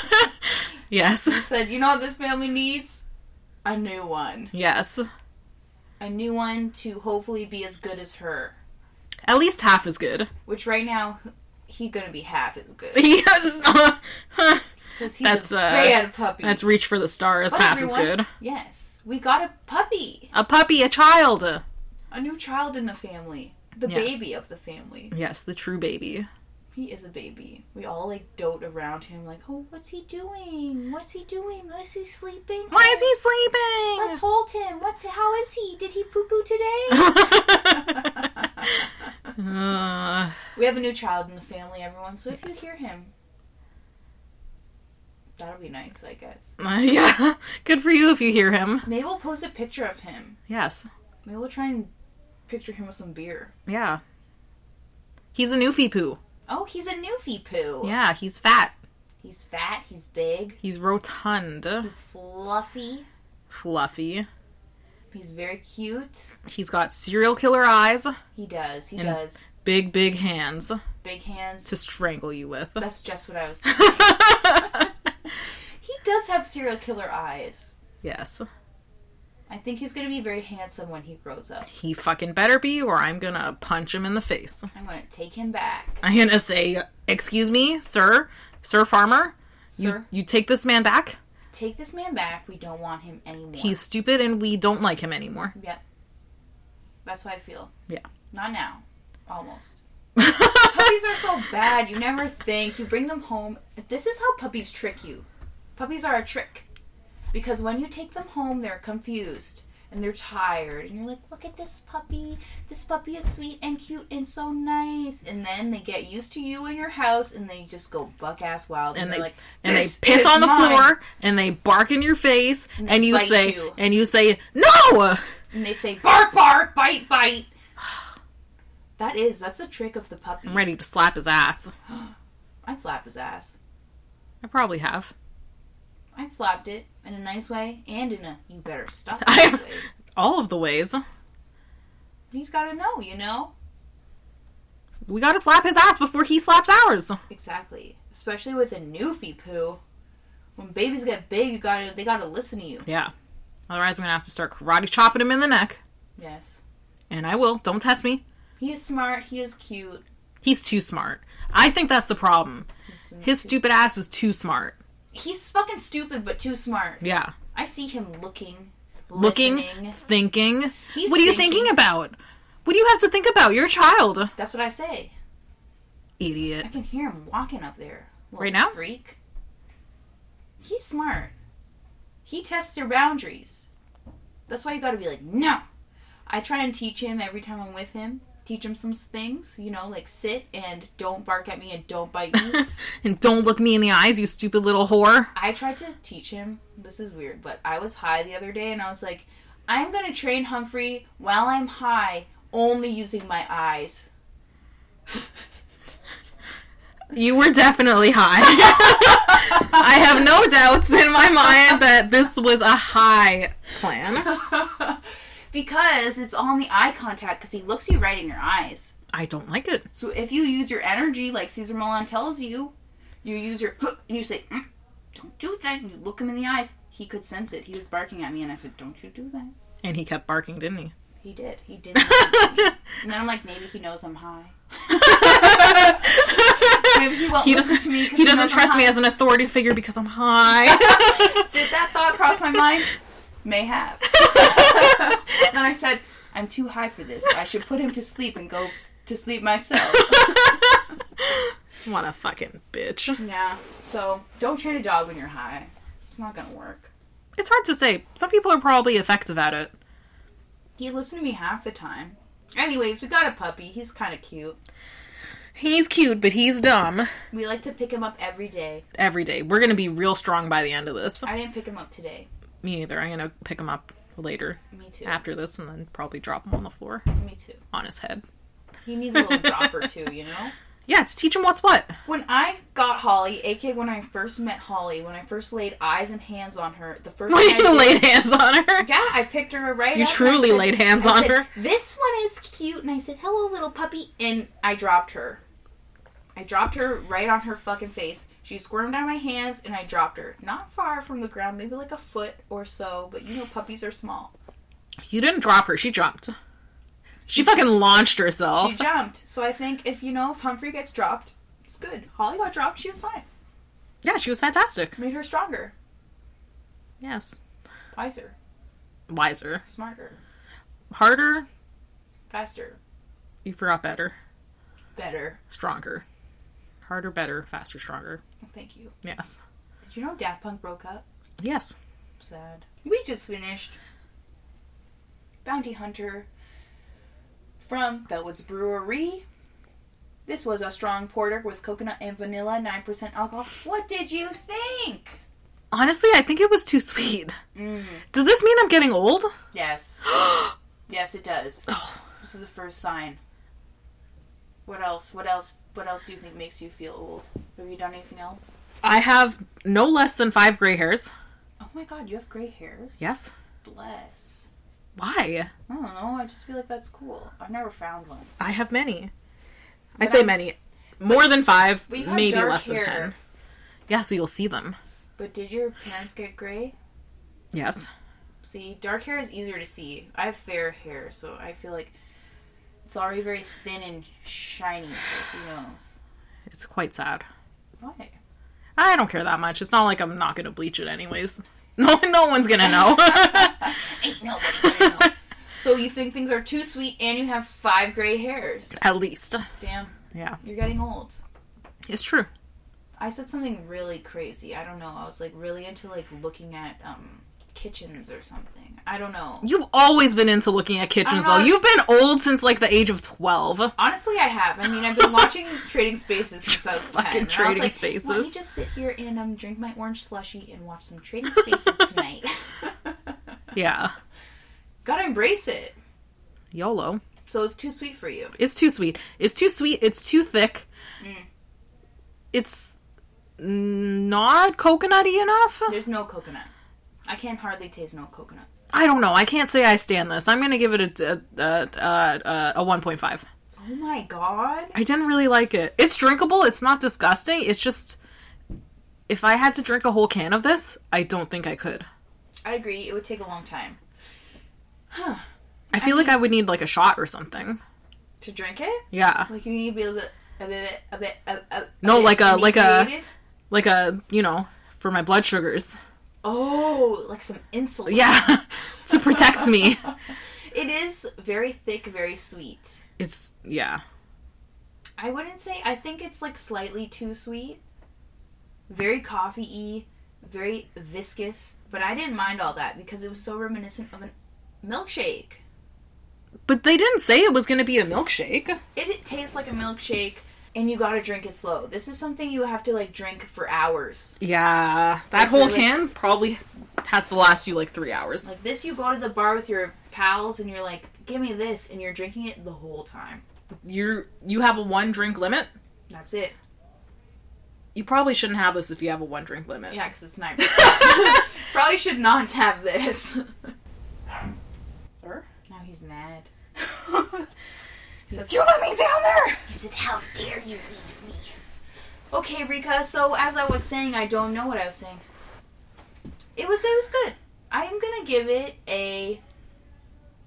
yes.
I said, you know what this family needs? A new one.
Yes.
A new one to hopefully be as good as her.
At least half as good.
Which right now, he gonna be half as good
yes.
because he's
That's,
a
uh,
bad puppy.
That's reach for the stars.
But
half as
everyone-
good.
yes. We got a puppy,
A puppy, a child.
a new child in the family, the
Yes.
baby of the family.
Yes, the true baby.
He is a baby. We all like dote around him, like, oh, what's he doing? What's he doing? Is he sleeping? Oh,
Why is he
Let's
sleeping?
hold him. What's how is he? Did he poo poo today?
Uh,
we have a new child in the family, everyone. So if
Yes.
you hear him, that'll be nice, I guess.
yeah. Good for you if you hear him.
Maybe we'll post a picture of him.
Yes.
Maybe we'll try and picture him with some beer.
Yeah. He's a newfie poo.
Oh, he's a newfie poo.
Yeah, he's fat.
He's fat. He's big.
He's rotund.
He's fluffy.
Fluffy.
He's very cute.
He's got serial killer eyes.
He does. He
And-
does.
Big, big hands
Big hands.
to strangle you with.
That's just what I was. Thinking. He does have serial killer eyes.
yes.
I think he's gonna be very handsome when he grows up.
He fucking better be, or I'm gonna punch him in the face.
I'm gonna take him back,
I'm gonna say, Excuse me, sir, sir farmer,
sir.
You, you take this man back.
Take this man back. We don't want him anymore.
He's stupid and we don't like him anymore.
yep. That's how I feel.
Yeah.
Not now. Almost. Puppies are so bad. You never think. You bring them home. This is how puppies trick you. Puppies are a trick. Because when you take them home, they're confused and they're tired. And you're like, look at this puppy. This puppy is sweet and cute and so nice. And then they get used to you and your house and they just go buck ass wild. And,
And
they're
they-
like,
and they
"This
piss
is
on the
mine."
floor and they bark in your face and,
they
you
bite
say
you.
and you say no
And they say, bark, bark, bite, bite. That is, that's the trick of the puppies.
i'm ready to slap his ass
I slapped his ass.
i probably have
I slapped it in a nice way and in a you better stop
I-
that way.
all of the ways
He's got to know, you know?
we gotta slap his ass before he slaps ours
Exactly. Especially with a newfie poo. When babies get big, you gotta they gotta listen to you.
yeah otherwise i'm gonna have to start karate chopping him in the neck
Yes.
and i will don't test me
He is smart. He is cute.
he's too smart i think that's the problem
He's,
his stupid ass is too smart
he's fucking stupid, but too smart.
yeah
I see him looking,
looking
listening.
thinking
He's
what are you thinking about what do you have to think about you're a child
That's what I say.
idiot
I can hear him walking up there. Little
Right now?
freak. He's smart. He tests your boundaries. That's why you gotta be like, no. I try and teach him every time I'm with him. Teach him some things, you know, like sit and don't bark at me and don't bite me.
and don't look me in the eyes, you stupid little whore.
I tried to teach him. This is weird, but I was high the other day and I was like, I'm gonna train Humphrey while I'm high, only using my eyes.
You were definitely high. I have no doubts in my mind that this was a high plan.
because it's all in the eye contact because he looks you right in your eyes.
I don't like it.
So if you use your energy like Caesar Milan tells you, you use your "Huh," and you say, "Mm, "Don't do that," and you look him in the eyes. He could sense it. He was barking at me, and I said, "Don't you do that."
And he kept barking, didn't he?
He did. He did. not and then I'm like, maybe he knows I'm high. Maybe he won't
He
listen
doesn't,
to me. 'cause
he doesn't
knows I'm
trust me
high.
as an authority figure because I'm high.
Did that thought cross my mind? Mayhaps. then I said, I'm too high for this. I should put him to sleep and go to sleep myself.
what a fucking bitch.
Yeah. So don't train a dog when you're high. It's not gonna work.
It's hard to say. Some people are probably effective at it.
He listened to me half the time. Anyways, we got a puppy. He's kind of cute.
He's cute, but he's dumb.
We like to pick him up every day.
Every day. We're gonna be real strong by the end of this.
I didn't pick him up today.
Me neither. I'm gonna pick him up later
Me too.
after this and then probably drop him on the floor
Me too.
on his head.
You need a little drop or two, you know?
Yeah, it's teach him what's what.
When I got Holly, aka when I first met Holly, when I first laid eyes and hands on her, the first
When
thing I
you
did-
laid hands on her.
Yeah, I picked her right
You
up and I
truly
said-
laid hands
I
on
said,
her.
This one is cute, and I said, Hello little puppy and I dropped her. I dropped her right on her fucking face. She squirmed out of my hands and I dropped her. Not far from the ground, maybe like a foot or so, but you know puppies are small.
You didn't drop her, she jumped. She fucking launched herself.
She jumped. So I think if you know if Humphrey gets dropped, it's good. Holly got dropped, she was fine.
Yeah, she was fantastic.
Made her stronger,
Yes.
wiser,
Wiser.
smarter,
Harder,
faster,
you forgot better.
better.
Stronger. Harder, better, faster, stronger.
Thank you.
Yes.
Did you know Daft Punk broke up?
Yes.
Sad. We just finished Bounty Hunter from Bellwoods Brewery. This was a strong porter with coconut and vanilla, 9% alcohol. What did you think?
Honestly, I think it was too sweet.
Mm.
Does this mean I'm getting old?
Yes. yes, it does.
Oh.
This is the first sign. What else? What else? What else do you think makes you feel old? Have you done anything else?
I have no less than five gray hairs.
Oh my god, you have gray hairs?
Yes.
Bless.
Why?
I don't know, I just feel like that's cool. I've never found one.
I have many. I
But
say
I'm-
many. More than five,
but you have
maybe
dark
less than
hair.
ten. Yeah, so you'll see them.
But did your parents get gray?
Yes.
See, dark hair is easier to see. I have fair hair, so I feel like it's already very thin and shiny, so who knows?
It's quite sad.
Why?
I don't care that much. It's not like I'm not gonna bleach it anyways. No no one's gonna know.
Ain't nobody gonna know. So you think things are too sweet and you have five gray hairs.
At least.
Damn.
Yeah.
You're getting old.
It's true.
I said something really crazy. I don't know. I was like really into like looking at um kitchens or something. I don't know.
You've always been into looking at kitchens though.
Almost.
You've been old since like the age of twelve.
Honestly, I have. I mean, I've been watching Trading Spaces since I was ten. and
Fucking
I was
Trading
like,
Spaces.
Let me just sit here and um drink my orange slushy and watch some Trading Spaces tonight.
Yeah.
Gotta embrace it.
YOLO.
So it's too sweet for you.
It's too sweet. It's too sweet. It's too thick.
Mm.
It's not coconutty enough.
There's no coconut. I can hardly taste no coconut.
I don't know. I can't say I stand this. I'm gonna give it a a, a, a, a 1.5.
Oh my god.
I didn't really like it. It's drinkable. It's not disgusting. It's just if I had to drink a whole can of this, I don't think I could.
I agree. It would take a long time
I feel like I would need like a shot or something.
to drink it.
Yeah,
Like you need to be a little bit, a bit, a bit, a, a, a
No,
bit
like a- like a-
inebriated.
like a you know for my blood sugars.
Oh, like some insulin.
Yeah, to protect me.
It is very thick, very sweet.
It's yeah.
I wouldn't say. I think it's like slightly too sweet. Very coffee y, very viscous. But I didn't mind all that because it was so reminiscent of a milkshake.
But they didn't say it was gonna be a milkshake.
It, it tastes like a milkshake, and you gotta drink it slow. This is something you have to like drink for hours.
Yeah, that
Like,
whole
really-
can probably has to last you like three hours.
Like this, you go to the bar with your pals, and you're like, "Give me this," and you're drinking it the whole time.
you you have a one drink limit.
That's it.
You probably shouldn't have this if you have a one drink limit.
Yeah, because it's not. Probably should not have this. Sir? Now he's mad. he says, You let me down there! He said, How dare you leave me? Okay, Rika, so as I was saying, I don't know what I was saying. It was it was good. I'm gonna give it a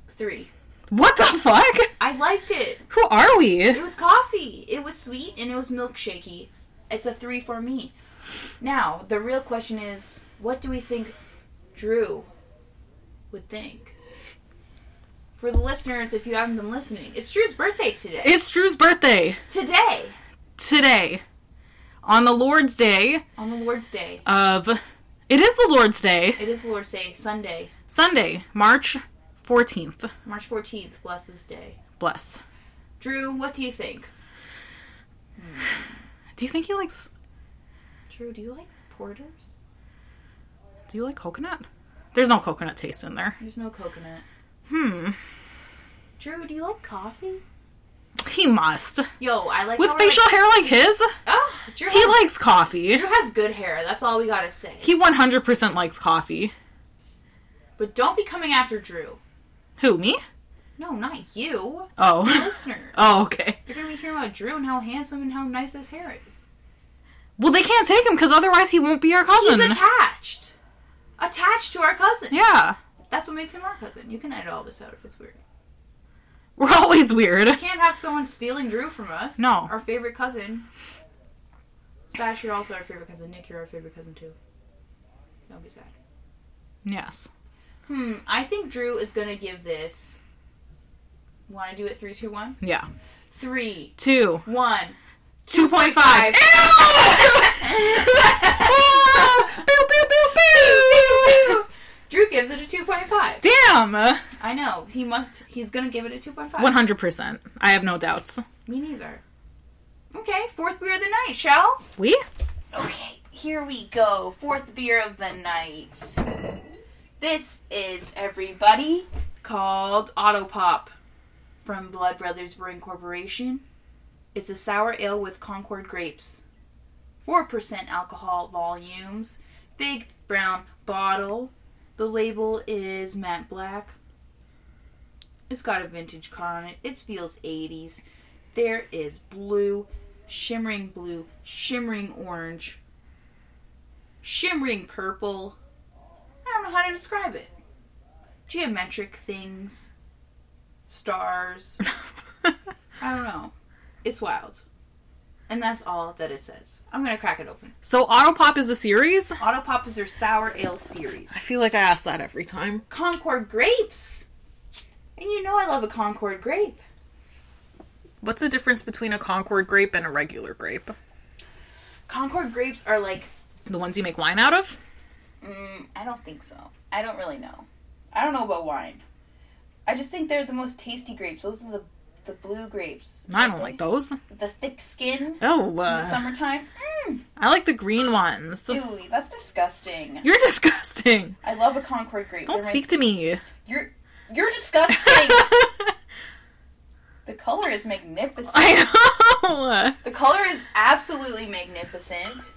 three.
What the fuck?
I liked it.
Who are we?
It was coffee. It was sweet and it was milkshakey. It's a three for me. Now, the real question is what do we think Drew would think? For the listeners, if you haven't been listening, it's Drew's birthday today.
It's Drew's birthday
today,
today on the Lord's Day
on the Lord's Day.
of It is the Lord's Day,
It is the Lord's Day, Sunday,
Sunday, March 14th.
March 14th. Bless this day.
Bless.
Drew, what do you think?
Do you think he likes
Drew, do you like porters?
do you like coconut? There's no coconut taste in there.
There's no coconut.
Hmm.
Drew, do you like coffee?
He must.
Yo, I like
With
how we're
facial
Like,
hair like his,
oh, Drew
he
has,
likes coffee.
Drew has good hair. That's all we gotta say.
He 100% likes coffee.
But don't be coming after Drew.
Who, me?
No, not you,
Oh.
listener.
oh, okay.
You're gonna be hearing about Drew and how handsome and how nice his hair is.
Well, they can't take him because otherwise he won't be our cousin.
He's attached, attached to our cousin.
yeah.
That's what makes him our cousin. You can edit all this out if it's weird.
We're always weird.
We can't have someone stealing Drew from us.
No.
Our favorite cousin. Sash, you're also our favorite cousin. Nick, you're our favorite cousin too. Don't be sad.
Yes.
Hmm, I think Drew is gonna give this. Wanna do it three, two, one?
Yeah.
Three,
Two.
one.
2.5.
Five.
Ew! Ah! Boo, boo, boo, boo.
Drew gives it a 2.5.
Damn!
I know. He must. He's gonna give it a 2.5.
100%. I have no doubts.
Me neither. Okay, fourth beer of the night, shall?
We?
Okay, here we go. Fourth beer of the night. This is everybody called Autopop from Blood Brothers Brewing Corporation. It's a sour ale with Concord grapes. 4% alcohol volumes. Big brown bottle. The label is matte black. It's got a vintage car on it. It feels 80s. There is blue shimmering blue, shimmering orange, shimmering purple. I don't know how to describe it. Geometric things, stars. I don't know. It's wild. And that's all that it says. I'm gonna crack it open.
so, Autopop is a series?
Autopop is their sour ale series.
I feel like I ask that every time.
Concord grapes! And you know I love a Concord grape.
What's the difference between a Concord grape and a regular grape?
Concord grapes are like
The ones you make wine out of?
Mm, I don't think so. I don't really know. I don't know about wine. I just think they're the most tasty grapes. Those are the the blue grapes.
I don't like those.
The thick skin
Oh,
in the
uh,
summertime. Mm,
I like the green ones.
ew, that's disgusting.
You're disgusting.
I love a Concord grape.
Don't
They're my-
speak to me.
You're you're disgusting. the color is magnificent.
I know.
The color is absolutely magnificent.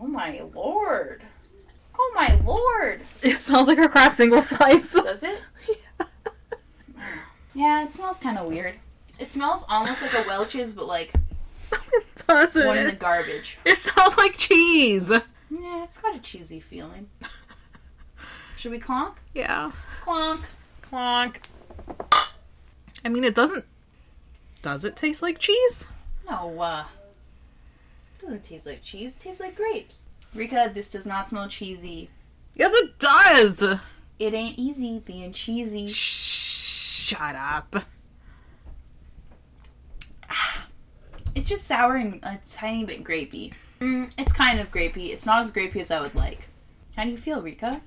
Oh my lord. Oh my lord.
It smells like a crab single slice.
Does it? Yeah, it smells kind of weird. It smells almost like a Welch's, but like
it doesn't.
one in the garbage.
It smells like cheese.
Yeah, it's got a cheesy feeling. Should we clonk?
Yeah.
Clonk.
Clonk. I mean, it doesn't. Does it taste like cheese?
No, uh, doesn't taste like cheese. Tastes like grapes. Rika, this does not smell cheesy.
Yes, it does.
It ain't easy being cheesy.
Shut up.
It's just sour and a tiny bit grapey. Mm, it's kind of grapey. It's not as grapey as I would like. How do you feel, Rika?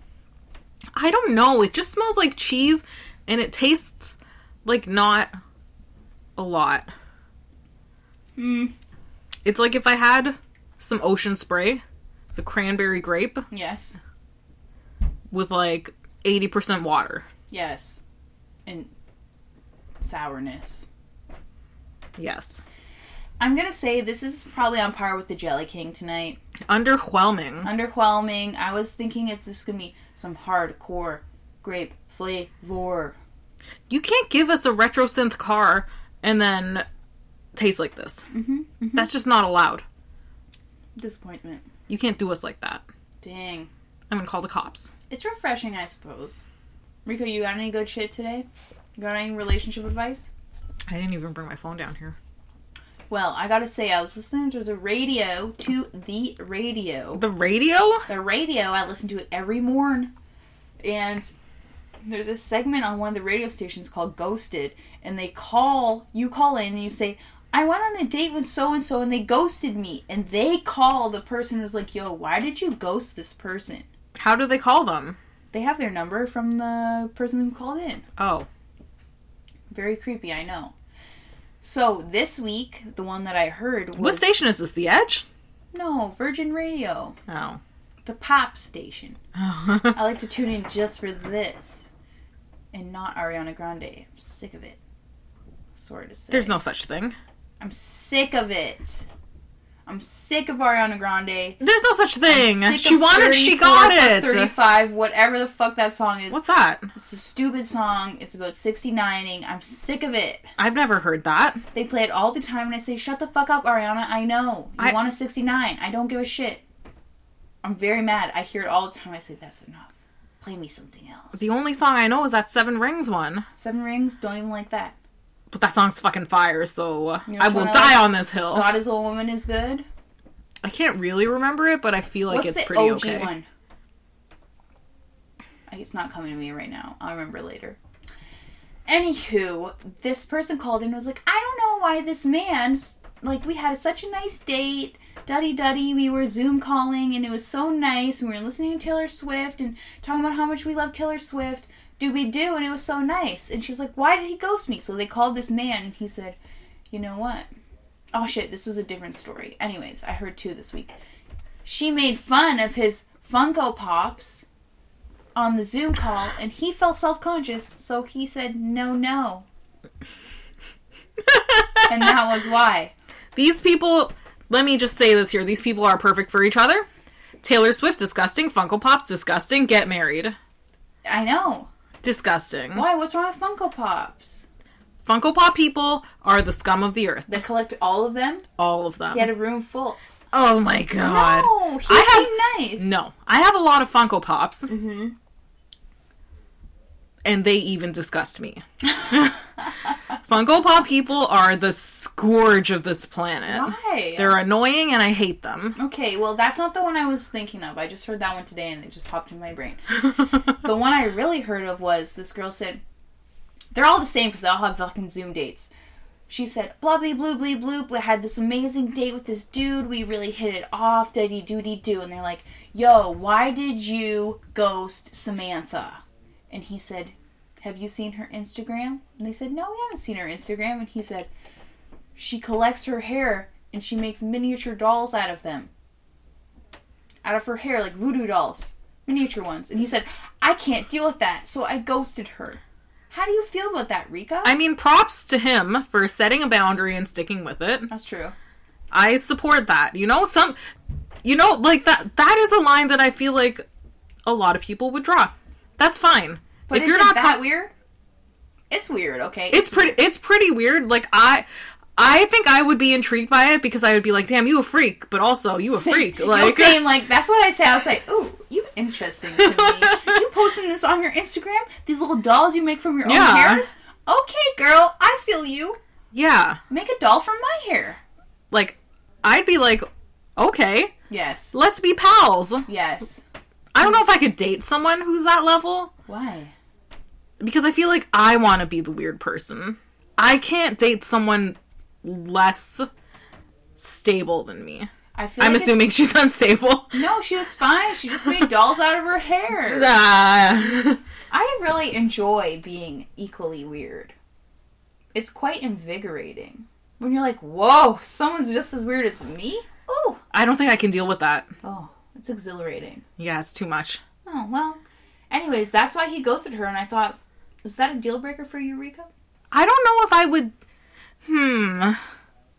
I don't know. It just smells like cheese, and it tastes like not a lot.
Mm,
It's like if I had some ocean spray, the cranberry grape,
yes.
with like 80% water.
Yes. And sourness.
Yes.
I'm gonna say this is probably on par with the Jelly King tonight. Mm.
Underwhelming.
Underwhelming. I was thinking it's just gonna be some hardcore grape flavor.
You can't give us a retro synth car and then taste like this.
Mm-hmm.
That's just not allowed.
Disappointment.
You can't do us like that.
Dang.
I'm gonna call the cops.
It's refreshing, I suppose. Rico, you got any good shit today? You got any relationship advice?
I didn't even bring my phone down here.
Well, I gotta say, I was listening to the radio, to the radio.
The radio?
the radio. I listen to it every morn. And there's a segment on one of the radio stations called Ghosted, and they call you call in and you say, I went on a date with so and so and they ghosted me. And they call the person who's like, Yo, why did you ghost this person?
How do they call them?
They have their number from the person who called in.
Oh.
Very creepy, I know. So this week, the one that I heard was
What station is this? The Edge?
no Virgin Radio.
Oh.
the pop station. I like to tune in just for this and not Ariana Grande. I'm sick of it. Sorry to say.
There's no such thing.
I'm sick of it. I'm sick of Ariana Grande.
There's no such thing.
Sick
She
of
wanted, she
34
got
plus
it.
35, whatever the fuck that song is.
What's that?
It's a stupid song. It's about 69ing. I'm sick of it.
I've never heard that.
They play it all the time, and I say, "Shut the fuck up, Ariana. I know you
I-
want a 69. I don't give a shit." I'm very mad. I hear it all the time. I say, "That's enough. Play me something else."
The only song I know is that Seven Rings one.
Seven Rings. Don't even like that.
But that song's fucking fire, so uh,
You know
I
which
will
one I
die
like?
on this hill.
God is a woman is good.
I can't really remember it, but I feel like
What's
it's
the
pretty
OG
okay.
one? I- It's not coming to me right now. I'll remember later. Anywho, this person called in and was like, I don't know why this man's like we had such a nice date, duddy duddy. We were Zoom calling and it was so nice. We were listening to Taylor Swift and talking about how much we love Taylor Swift. Do we do? And it was so nice. And she's like, Why did he ghost me? So they called this man and he said, You know what? Oh shit, this was a different story. Anyways, I heard two this week she made fun of his Funko Pops on the Zoom call, and he felt self conscious, so he said, No, no. and that was why.
These people, let me just say this here. These people are perfect for each other. Taylor Swift, disgusting. Funko Pop's, disgusting. Get married.
I know.
Disgusting.
Why? What's wrong with Funko Pops?
Funko Pop people are the scum of the earth.
They collect all of them.
All of them.
He had a room full.
oh my god.
No, he
I
seemed nice.
No. I have a lot of Funko Pops,
Mm-hmm.
and they even disgust me. Funko Pop people are the scourge of this planet.
Why?
They're annoying and I hate them.
okay, well, that's not the one I was thinking of. I just heard that one today, and it just popped in my brain. The one I really heard of was this girl said, they're all the same because they all have fucking Zoom dates. She said, blah, blee, blue, blee, bloop. We had this amazing date with this dude. We really hit it off. Daddy, doody, do. And they're like, yo, why did you ghost Samantha? And he said, have you seen her Instagram? And they said, no, we haven't seen her Instagram. And he said, she collects her hair and she makes miniature dolls out of them. Out of her hair, like voodoo dolls. Miniature ones. And he said, I can't deal with that, so I ghosted her. How do you feel about that, Rika?
I mean, props to him for setting a boundary and sticking with it.
That's true.
I support that. You know, some, you know, like that. That is a line that I feel like a lot of people would draw. That's fine.
But
if
is
you're
it
not,
that
com-
weird? It's weird, okay?
it's pretty. It's pretty weird. Like I, I think I would be intrigued by it because I would be like, "Damn, you a freak," but also you a freak.
You're
Like,
saying like that's what I say. I was like, "Ooh, you interesting to me. you posting this on your Instagram? These little dolls you make from your
Yeah.
own hairs? Okay, girl, I feel you.
yeah,
Make a doll from my hair.
like I'd be like, "Okay,
Yes,
let's be pals."
yes.
I don't know if I could date someone who's that level.
Why?
because I feel like I want to be the weird person. I can't date someone less stable than me.
I feel.
I'm
like it's-
assuming she's unstable.
No, she was fine. She just made dolls out of her hair.
Ah.
I really enjoy being equally weird. It's quite invigorating when you're like, "Whoa, someone's just as weird as me." Ooh.
I don't think I can deal with that.
Oh, it's exhilarating.
Yeah, it's too much.
Oh, well. Anyways, that's why he ghosted her, and I thought, is that a deal breaker for you, Rika?
I don't know if I would. Hmm.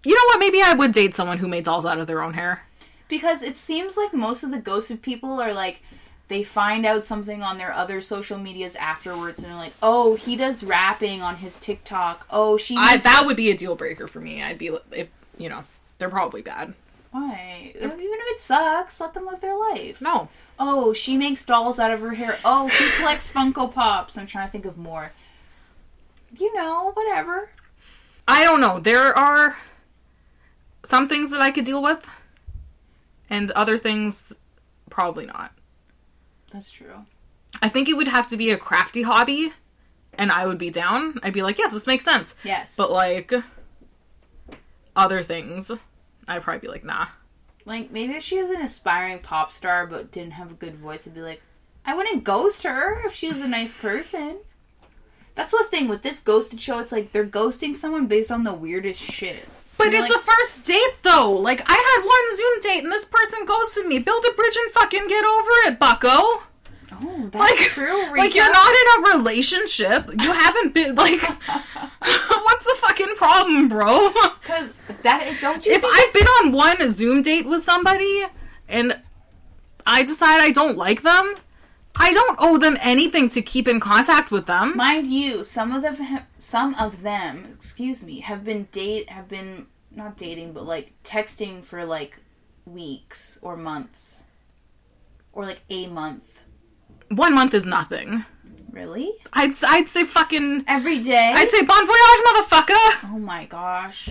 You know what? Maybe I would date someone who made dolls out of their own hair.
Because it seems like most of the ghosted people are like, they find out something on their other social medias afterwards, and they're like, oh, he does rapping on his TikTok. Oh, she.
I
makes-
that would be a deal breaker for me. I'd be li- if you know they're probably bad.
Why? Even if it sucks, let them live their life.
No,
Oh, she makes dolls out of her hair. Oh, he collects Funko Pops. I'm trying to think of more. You know, whatever.
I don't know. There are some things that I could deal with, and other things probably not.
That's true.
I think it would have to be a crafty hobby, and I would be down. I'd be like, yes, this makes sense.
Yes.
But like other things, I'd probably be like, nah.
Like maybe if she was an aspiring pop star but didn't have a good voice, I'd be like, I wouldn't ghost her if she was a nice person. That's the thing with this ghosted show. It's like they're ghosting someone based on the weirdest shit.
But
You're
it's
like-
a first date though. Like I had one Zoom date and this person ghosted me. Build a bridge and fucking get over it, Bucko.
Oh, that's
Like
true.
Like
Rika.
you're not in a relationship. You haven't been like what's the fucking problem, bro?
because that don't you?
if
think
I've been on one Zoom date with somebody and I decide I don't like them, I don't owe them anything to keep in contact with them.
Mind you, some of them, some of them, excuse me, have been date have been not dating, but like texting for like weeks or months, or like a month.
one month is nothing.
Really?
I'd s- I'd say fucking
Every day?
I'd say bon voyage, motherfucker.
oh my gosh!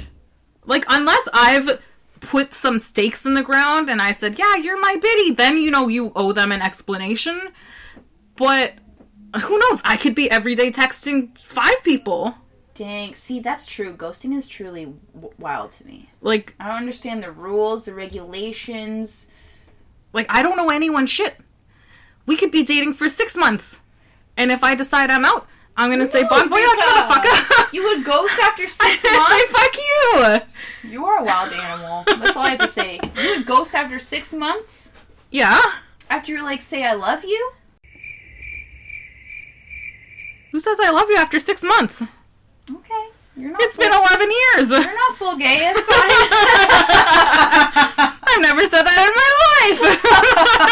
Like unless I've put some stakes in the ground and I said, "Yeah, you're my biddy," then you know you owe them an explanation. But who knows? I could be everyday texting five people.
Dang. See, that's true. Ghosting is truly w- wild to me.
Like
I don't understand the rules, the regulations.
like I don't owe anyone shit. We could be dating for six months, and if I decide I'm out, I'm gonna say
No,
bon voyage,
Rika.
motherfucker.
You would ghost after
I
six
say
months.
fuck you.
You are a wild animal. That's all I have to say. You would ghost after six months.
Yeah.
After you're like, say I love you?
Who says I love you after six months?
Okay. You're not
It's
full,
been eleven years.
You're not full gay, it's fine.
I've never said that in my life.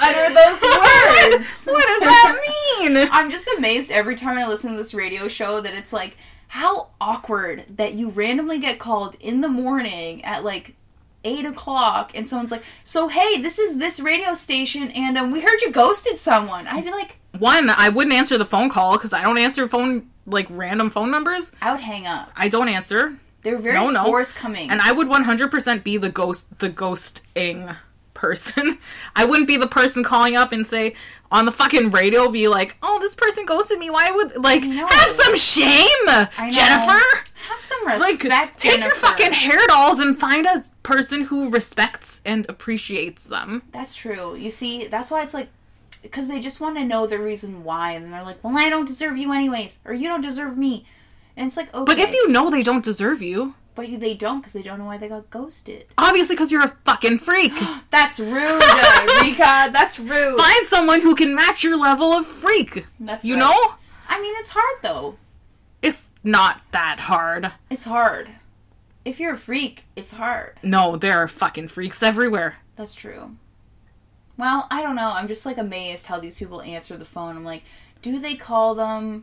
utter those words.
What does that mean?
I'm just amazed every time I listen to this radio show that it's like how awkward that you randomly get called in the morning at like eight o'clock and someone's like, So hey, this is this radio station and um we heard you ghosted someone. I'd be like,
One, I wouldn't answer the phone call because I don't answer phone like random phone numbers.
I would hang up.
I don't answer,
They're very
No, no.
forthcoming.
and I would 100% be the ghost, the ghosting person. I wouldn't be the person calling up and say on the fucking radio, be like, "Oh, this person ghosted me. Why would like
know.
have some shame,
know.
Jennifer?"
Have some
like
respect.
take your
Jennifer.
fucking hair dolls and find a person who respects and appreciates them
That's true. You see, that's why it's like, because they just want to know the reason why, and they're like, "Well, I don't deserve you anyways, or you don't deserve me," and it's like, okay,
but if you know they don't deserve you
but you- they don't because they don't know why they got ghosted.
obviously because you're a fucking freak
That's rude, uh, Rika. That's rude.
find someone who can match your level of freak
That's
you
right.
know
I mean, it's hard though.
it's not that hard
It's hard. If you're a freak, it's hard.
no there are fucking freaks everywhere
That's true. Well, I don't know. I'm just like amazed how these people answer the phone. I'm like, do they call them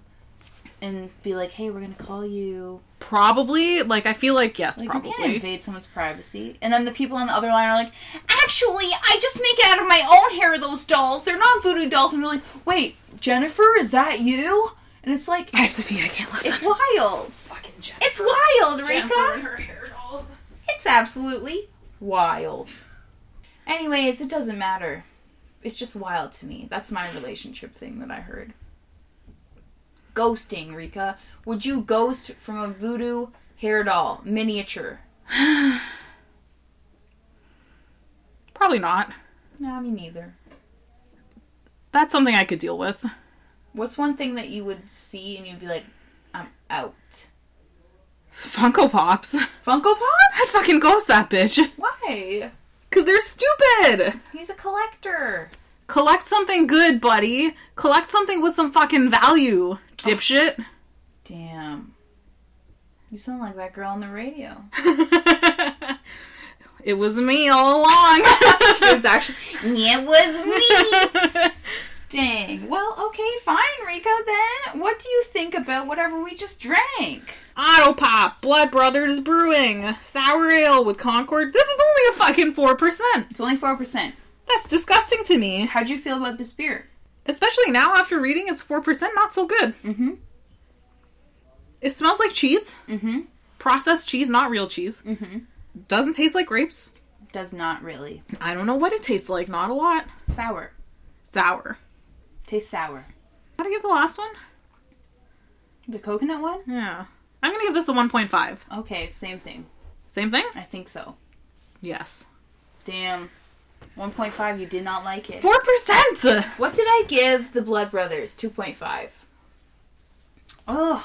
and be like, "Hey, we're gonna call you."
probably like i feel like yes
Like you can't
probably
invade someone's privacy. And then the people on the other line are like, actually, I just make it out of my own hair. Those dolls, they're not voodoo dolls. And they're like, wait, Jennifer, is that you? And it's like,
i have to pee i can't listen
it's wild.
fucking Jen-
It's wild,
Jennifer and
Rika.
her hair dolls.
It's absolutely wild. Anyways, it doesn't matter. It's just wild to me. That's my relationship thing that I heard. Ghosting, Rika. Would you ghost from a voodoo hair doll miniature?
probably not
No, me neither.
that's something i could deal with
What's one thing that you would see and you'd be like, I'm out?
funko pops
Funko Pop?
I'd fucking ghost that bitch.
Why?
Because they're stupid.
He's a collector.
Collect something good, buddy. Collect something with some fucking value, dipshit.
Damn. You sound like that girl on the radio.
it was me all along.
it was actually. It was me! Dang. Well, okay, fine, Rico, then. What do you think about whatever we just drank?
Auto Pop, Blood Brothers Brewing, Sour Ale with Concord. This is only a fucking 4%.
It's only 4%.
That's disgusting to me.
How'd you feel about this beer?
Especially now after reading it's 4%, not so good.
Mm hmm.
It smells like cheese.
Mm hmm.
Processed cheese, not real cheese.
Mm hmm.
Doesn't taste like grapes.
Does not really.
I don't know what it tastes like, not a lot.
Sour.
Sour.
Tastes sour.
How do I give the last one?
The coconut one?
Yeah. I'm gonna give this a 1.5.
Okay, same thing.
Same thing?
I think so.
Yes.
Damn. 1.5, you did not like it.
4%!
What did I give the Blood Brothers? 2.5. Ugh.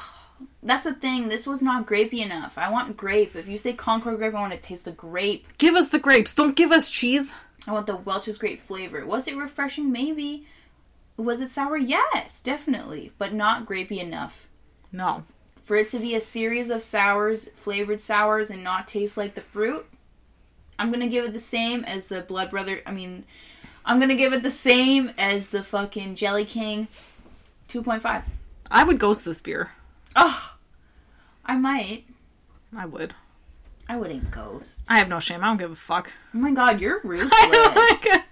That's the thing. This was not grapey enough. I want grape. If you say Concord grape, I want to taste the grape.
Give us the grapes. Don't give us cheese.
I want the Welch's grape flavor. Was it refreshing? Maybe. Was it sour? Yes, definitely, but not grapey enough.
No.
For it to be a series of sours, flavored sours, and not taste like the fruit, I'm gonna give it the same as the Blood Brother. I mean, I'm gonna give it the same as the fucking Jelly King 2.5.
I would ghost this beer.
Oh, I might.
I would.
I wouldn't ghost.
I have no shame. I don't give a fuck.
Oh my god, you're ruthless.
I don't, like-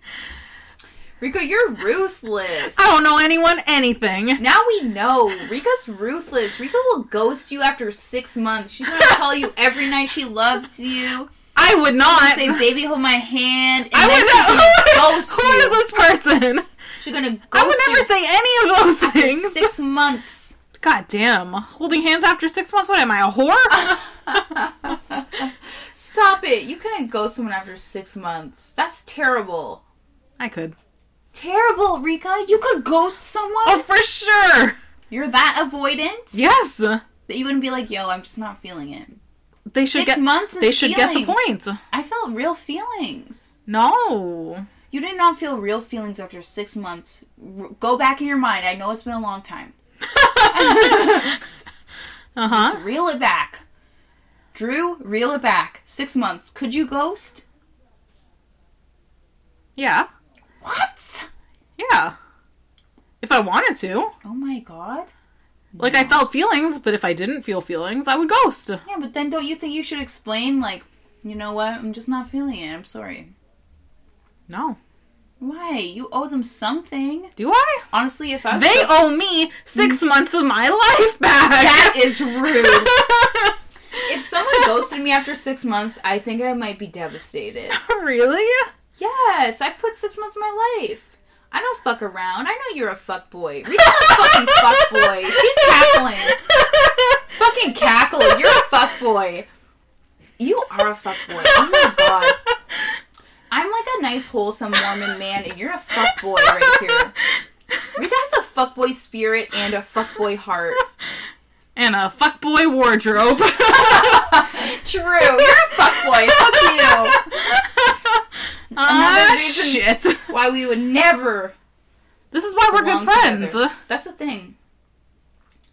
Rico, you're ruthless.
I don't know anyone anything.
Now we know. Rika's ruthless. Rika will ghost you after six months. She's gonna call you every night she loves you.
I would
She'll
not.
say, baby, hold my hand. And
I
then
would
she's
not.
gonna ghost
Who
you.
is this person?
She's gonna ghost
I would never
you
say any of those
for
things.
six months.
God damn. Holding hands after six months? What am I, a whore?
Stop it. You couldn't ghost someone after six months. That's terrible.
I could.
Terrible, Rika. You could ghost someone?
Oh, for sure.
You're that avoidant
Yes.
that you wouldn't be like, yo, I'm just not feeling it.
They should
Six
get.
months is
They should get the
feelings.
point.
I felt real feelings.
No.
You did not feel real feelings after six months. R- go back in your mind. I know it's been a long time.
uh huh.
Just reel it back. Drew, reel it back. Six months. Could you ghost?
Yeah.
What?
Yeah. If I wanted to.
Oh my god.
Like, I felt feelings, but if I didn't feel feelings, I would ghost.
Yeah, but then don't you think you should explain, like, you know what? I'm just not feeling it. I'm sorry.
No.
Why? You owe them something.
Do I?
Honestly, if I was.
They owe me six months of my life back.
Mm. that is rude. if someone ghosted me after six months, I think I might be devastated.
really?
Yes, I put six months of my life. I don't fuck around. I know you're a fuck boy. Rika's a fucking fuck boy. She's cackling. Fucking cackle. You're a fuck boy. You are a fuck boy. Oh my god. I'm like a nice, wholesome Mormon man, and you're a fuck boy right here. Rika has a fuck boy spirit and a fuck boy heart.
And a fuckboy wardrobe.
True. You're a fuck boy. Fuck
Ah,
reason-
shit.
you. Why we would never
This is why we're good
belong
friends.
together. That's the thing.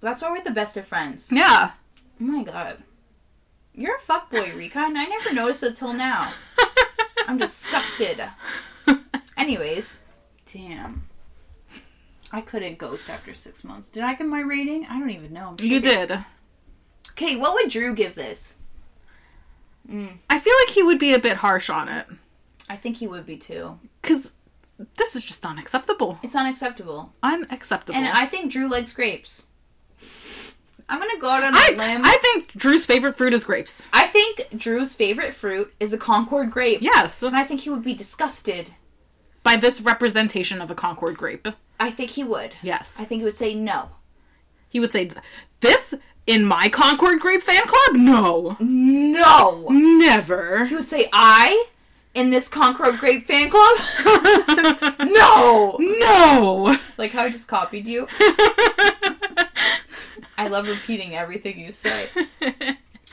That's why we're the best of friends.
Yeah.
Oh my god. You're a fuckboy, Rika, and I never noticed it till now. I'm disgusted. Anyways, damn. I couldn't ghost after six months. Did I get my rating? I don't even know. I'm
you
shaking.
did.
Okay, what would Drew give this?
I feel like he would be a bit harsh on it.
I think he would be too.
Because this is just unacceptable.
It's unacceptable.
Unacceptable.
And I think Drew likes grapes. I'm gonna go out on a
I,
limb.
I think Drew's favorite fruit is grapes.
I think Drew's favorite fruit is a Concord grape.
Yes.
And I think he would be disgusted.
By this representation of a Concord grape.
I think he would.
Yes.
I think he would say no.
He would say, This in my Concord grape fan club? No.
No!
Never.
He would say I in this Concord grape fan club? no!
No.
Like how I just copied you. I love repeating everything you say.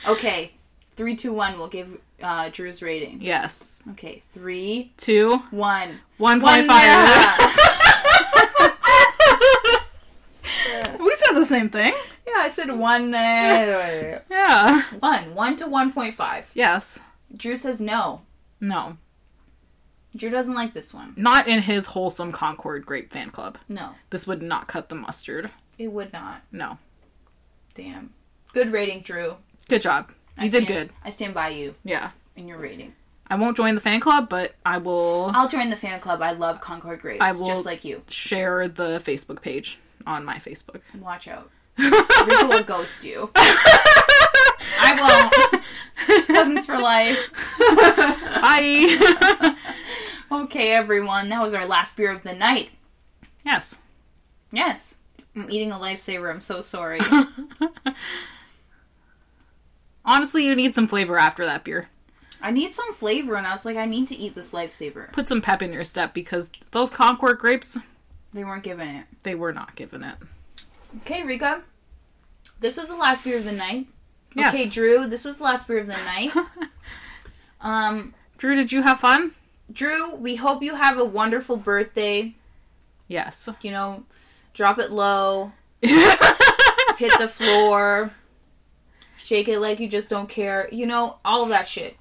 Okay, three, two, one. We'll give uh, Drew's rating.
yes.
Okay, three,
Two.
one.
One
One,
point five.
yeah.
we said the same thing.
yeah, I said one. Uh,
Yeah.
one. One to one point five.
Yes.
Drew says no.
No.
Drew doesn't like this one.
Not in his wholesome Concord grape fan club.
No,
This would not cut the mustard.
it would not.
No.
Damn. Good rating, Drew.
Good job.
I
You did
stand-
good.
I stand by you
Yeah.
in your rating.
I won't join the fan club, but I will
I'll join the fan club. I love Concord Grapes,
I will-
just like you.
share the Facebook page on my Facebook.
Watch out. Rick will ghost you. I won't. Cousins for life.
Bye.
okay, everyone. That was our last beer of the night.
yes.
Yes. I'm eating a lifesaver. I'm so sorry.
Honestly, you need some flavor after that beer.
I need some flavor, and I was like, I need to eat this lifesaver.
Put some pep in your step because those Concord grapes,
They weren't giving it.
they were not given it.
Okay, Rika. This was the last beer of the night.
Yes.
Okay, Drew, this was the last beer of the night. um,
Drew, did you have fun?
Drew, we hope you have a wonderful birthday.
Yes.
You know, drop it low, hit the floor, shake it like you just don't care. You know, all of that shit.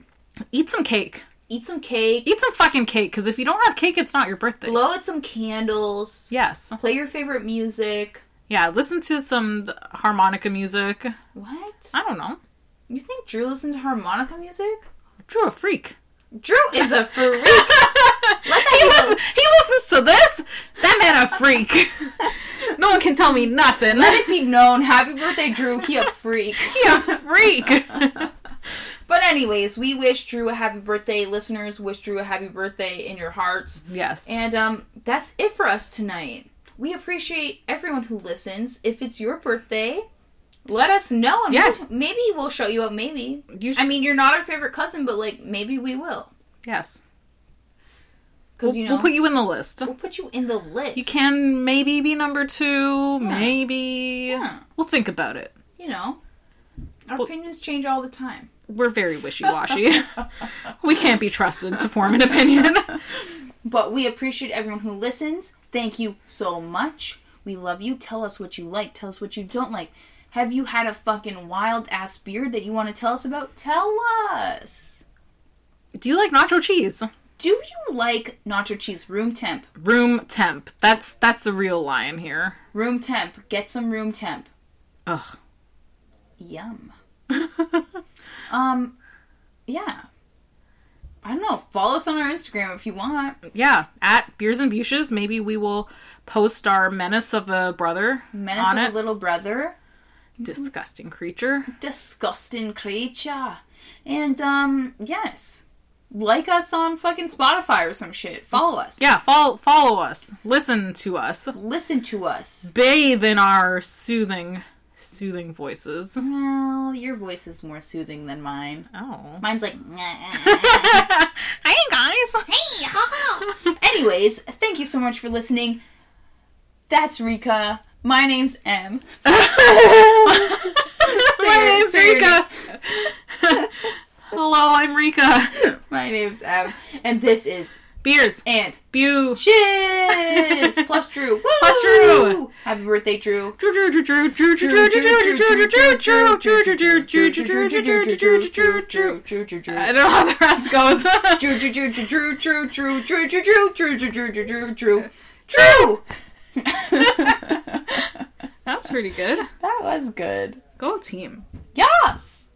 Eat some cake.
Eat some cake,
Eat some fucking cake, because if you don't have cake, it's not your birthday.
blow at some candles,
Yes.
play your favorite music.
Yeah, listen to some th- harmonica music.
What?
I don't know.
You think Drew listens to harmonica music?
Drew a freak.
Drew is a freak.
he, listens, he listens to this? That man a freak. no one can tell me nothing.
Let it be known. Happy birthday, Drew. He a freak.
he a freak.
But anyways, we wish Drew a happy birthday. Listeners, wish Drew a happy birthday in your hearts.
yes.
And um, that's it for us tonight. We appreciate everyone who listens. If it's your birthday, let us know. And
Yeah.
we'll- maybe we'll show you up. Maybe.
you sh-
I mean, you're not our favorite cousin, but like maybe we will.
yes.
Because
We'll-
you know
we'll put you in the list.
we'll put you in the list.
You can maybe be number
Yeah.
two. Maybe
Yeah.
we'll think about it.
You know, our
Well-
opinions change all the time.
We're very wishy-washy. we can't be trusted to form an opinion.
But we appreciate everyone who listens. Thank you so much. We love you. Tell us what you like. Tell us what you don't like. Have you had a fucking wild ass beer that you want to tell us about? Tell us.
Do you like nacho cheese?
Do you like nacho cheese room temp?
Room temp. That's that's the real line here.
Room temp. Get some room temp.
Ugh.
Yum. Um, yeah. I don't know. Follow us on our Instagram if you want.
yeah. At beers and bushes, maybe we will post our menace of a brother
Menace of
on it.
a mm-hmm. little brother.
Disgusting creature.
disgusting creature. And um, yes, like us on fucking Spotify or some shit. Follow us.
Yeah. Follow follow us. Listen to us.
Listen to us.
Bathe in our soothing, soothing voices.
Well, your voice is more soothing than mine.
Oh.
Mine's like.
hey guys.
Hey, ha ha. Anyways, thank you so much for listening. That's Rika. My name's M.
My name's
Say your-
Rika. Hello, I'm Rika.
My name's M. And this is
Beers,
and
Bew,
Cheers plus Drew. Woo!
Plus Drew.
Happy birthday, Drew.
I don't know how the rest goes. That's pretty good.
That was good.
Go team.
Yes.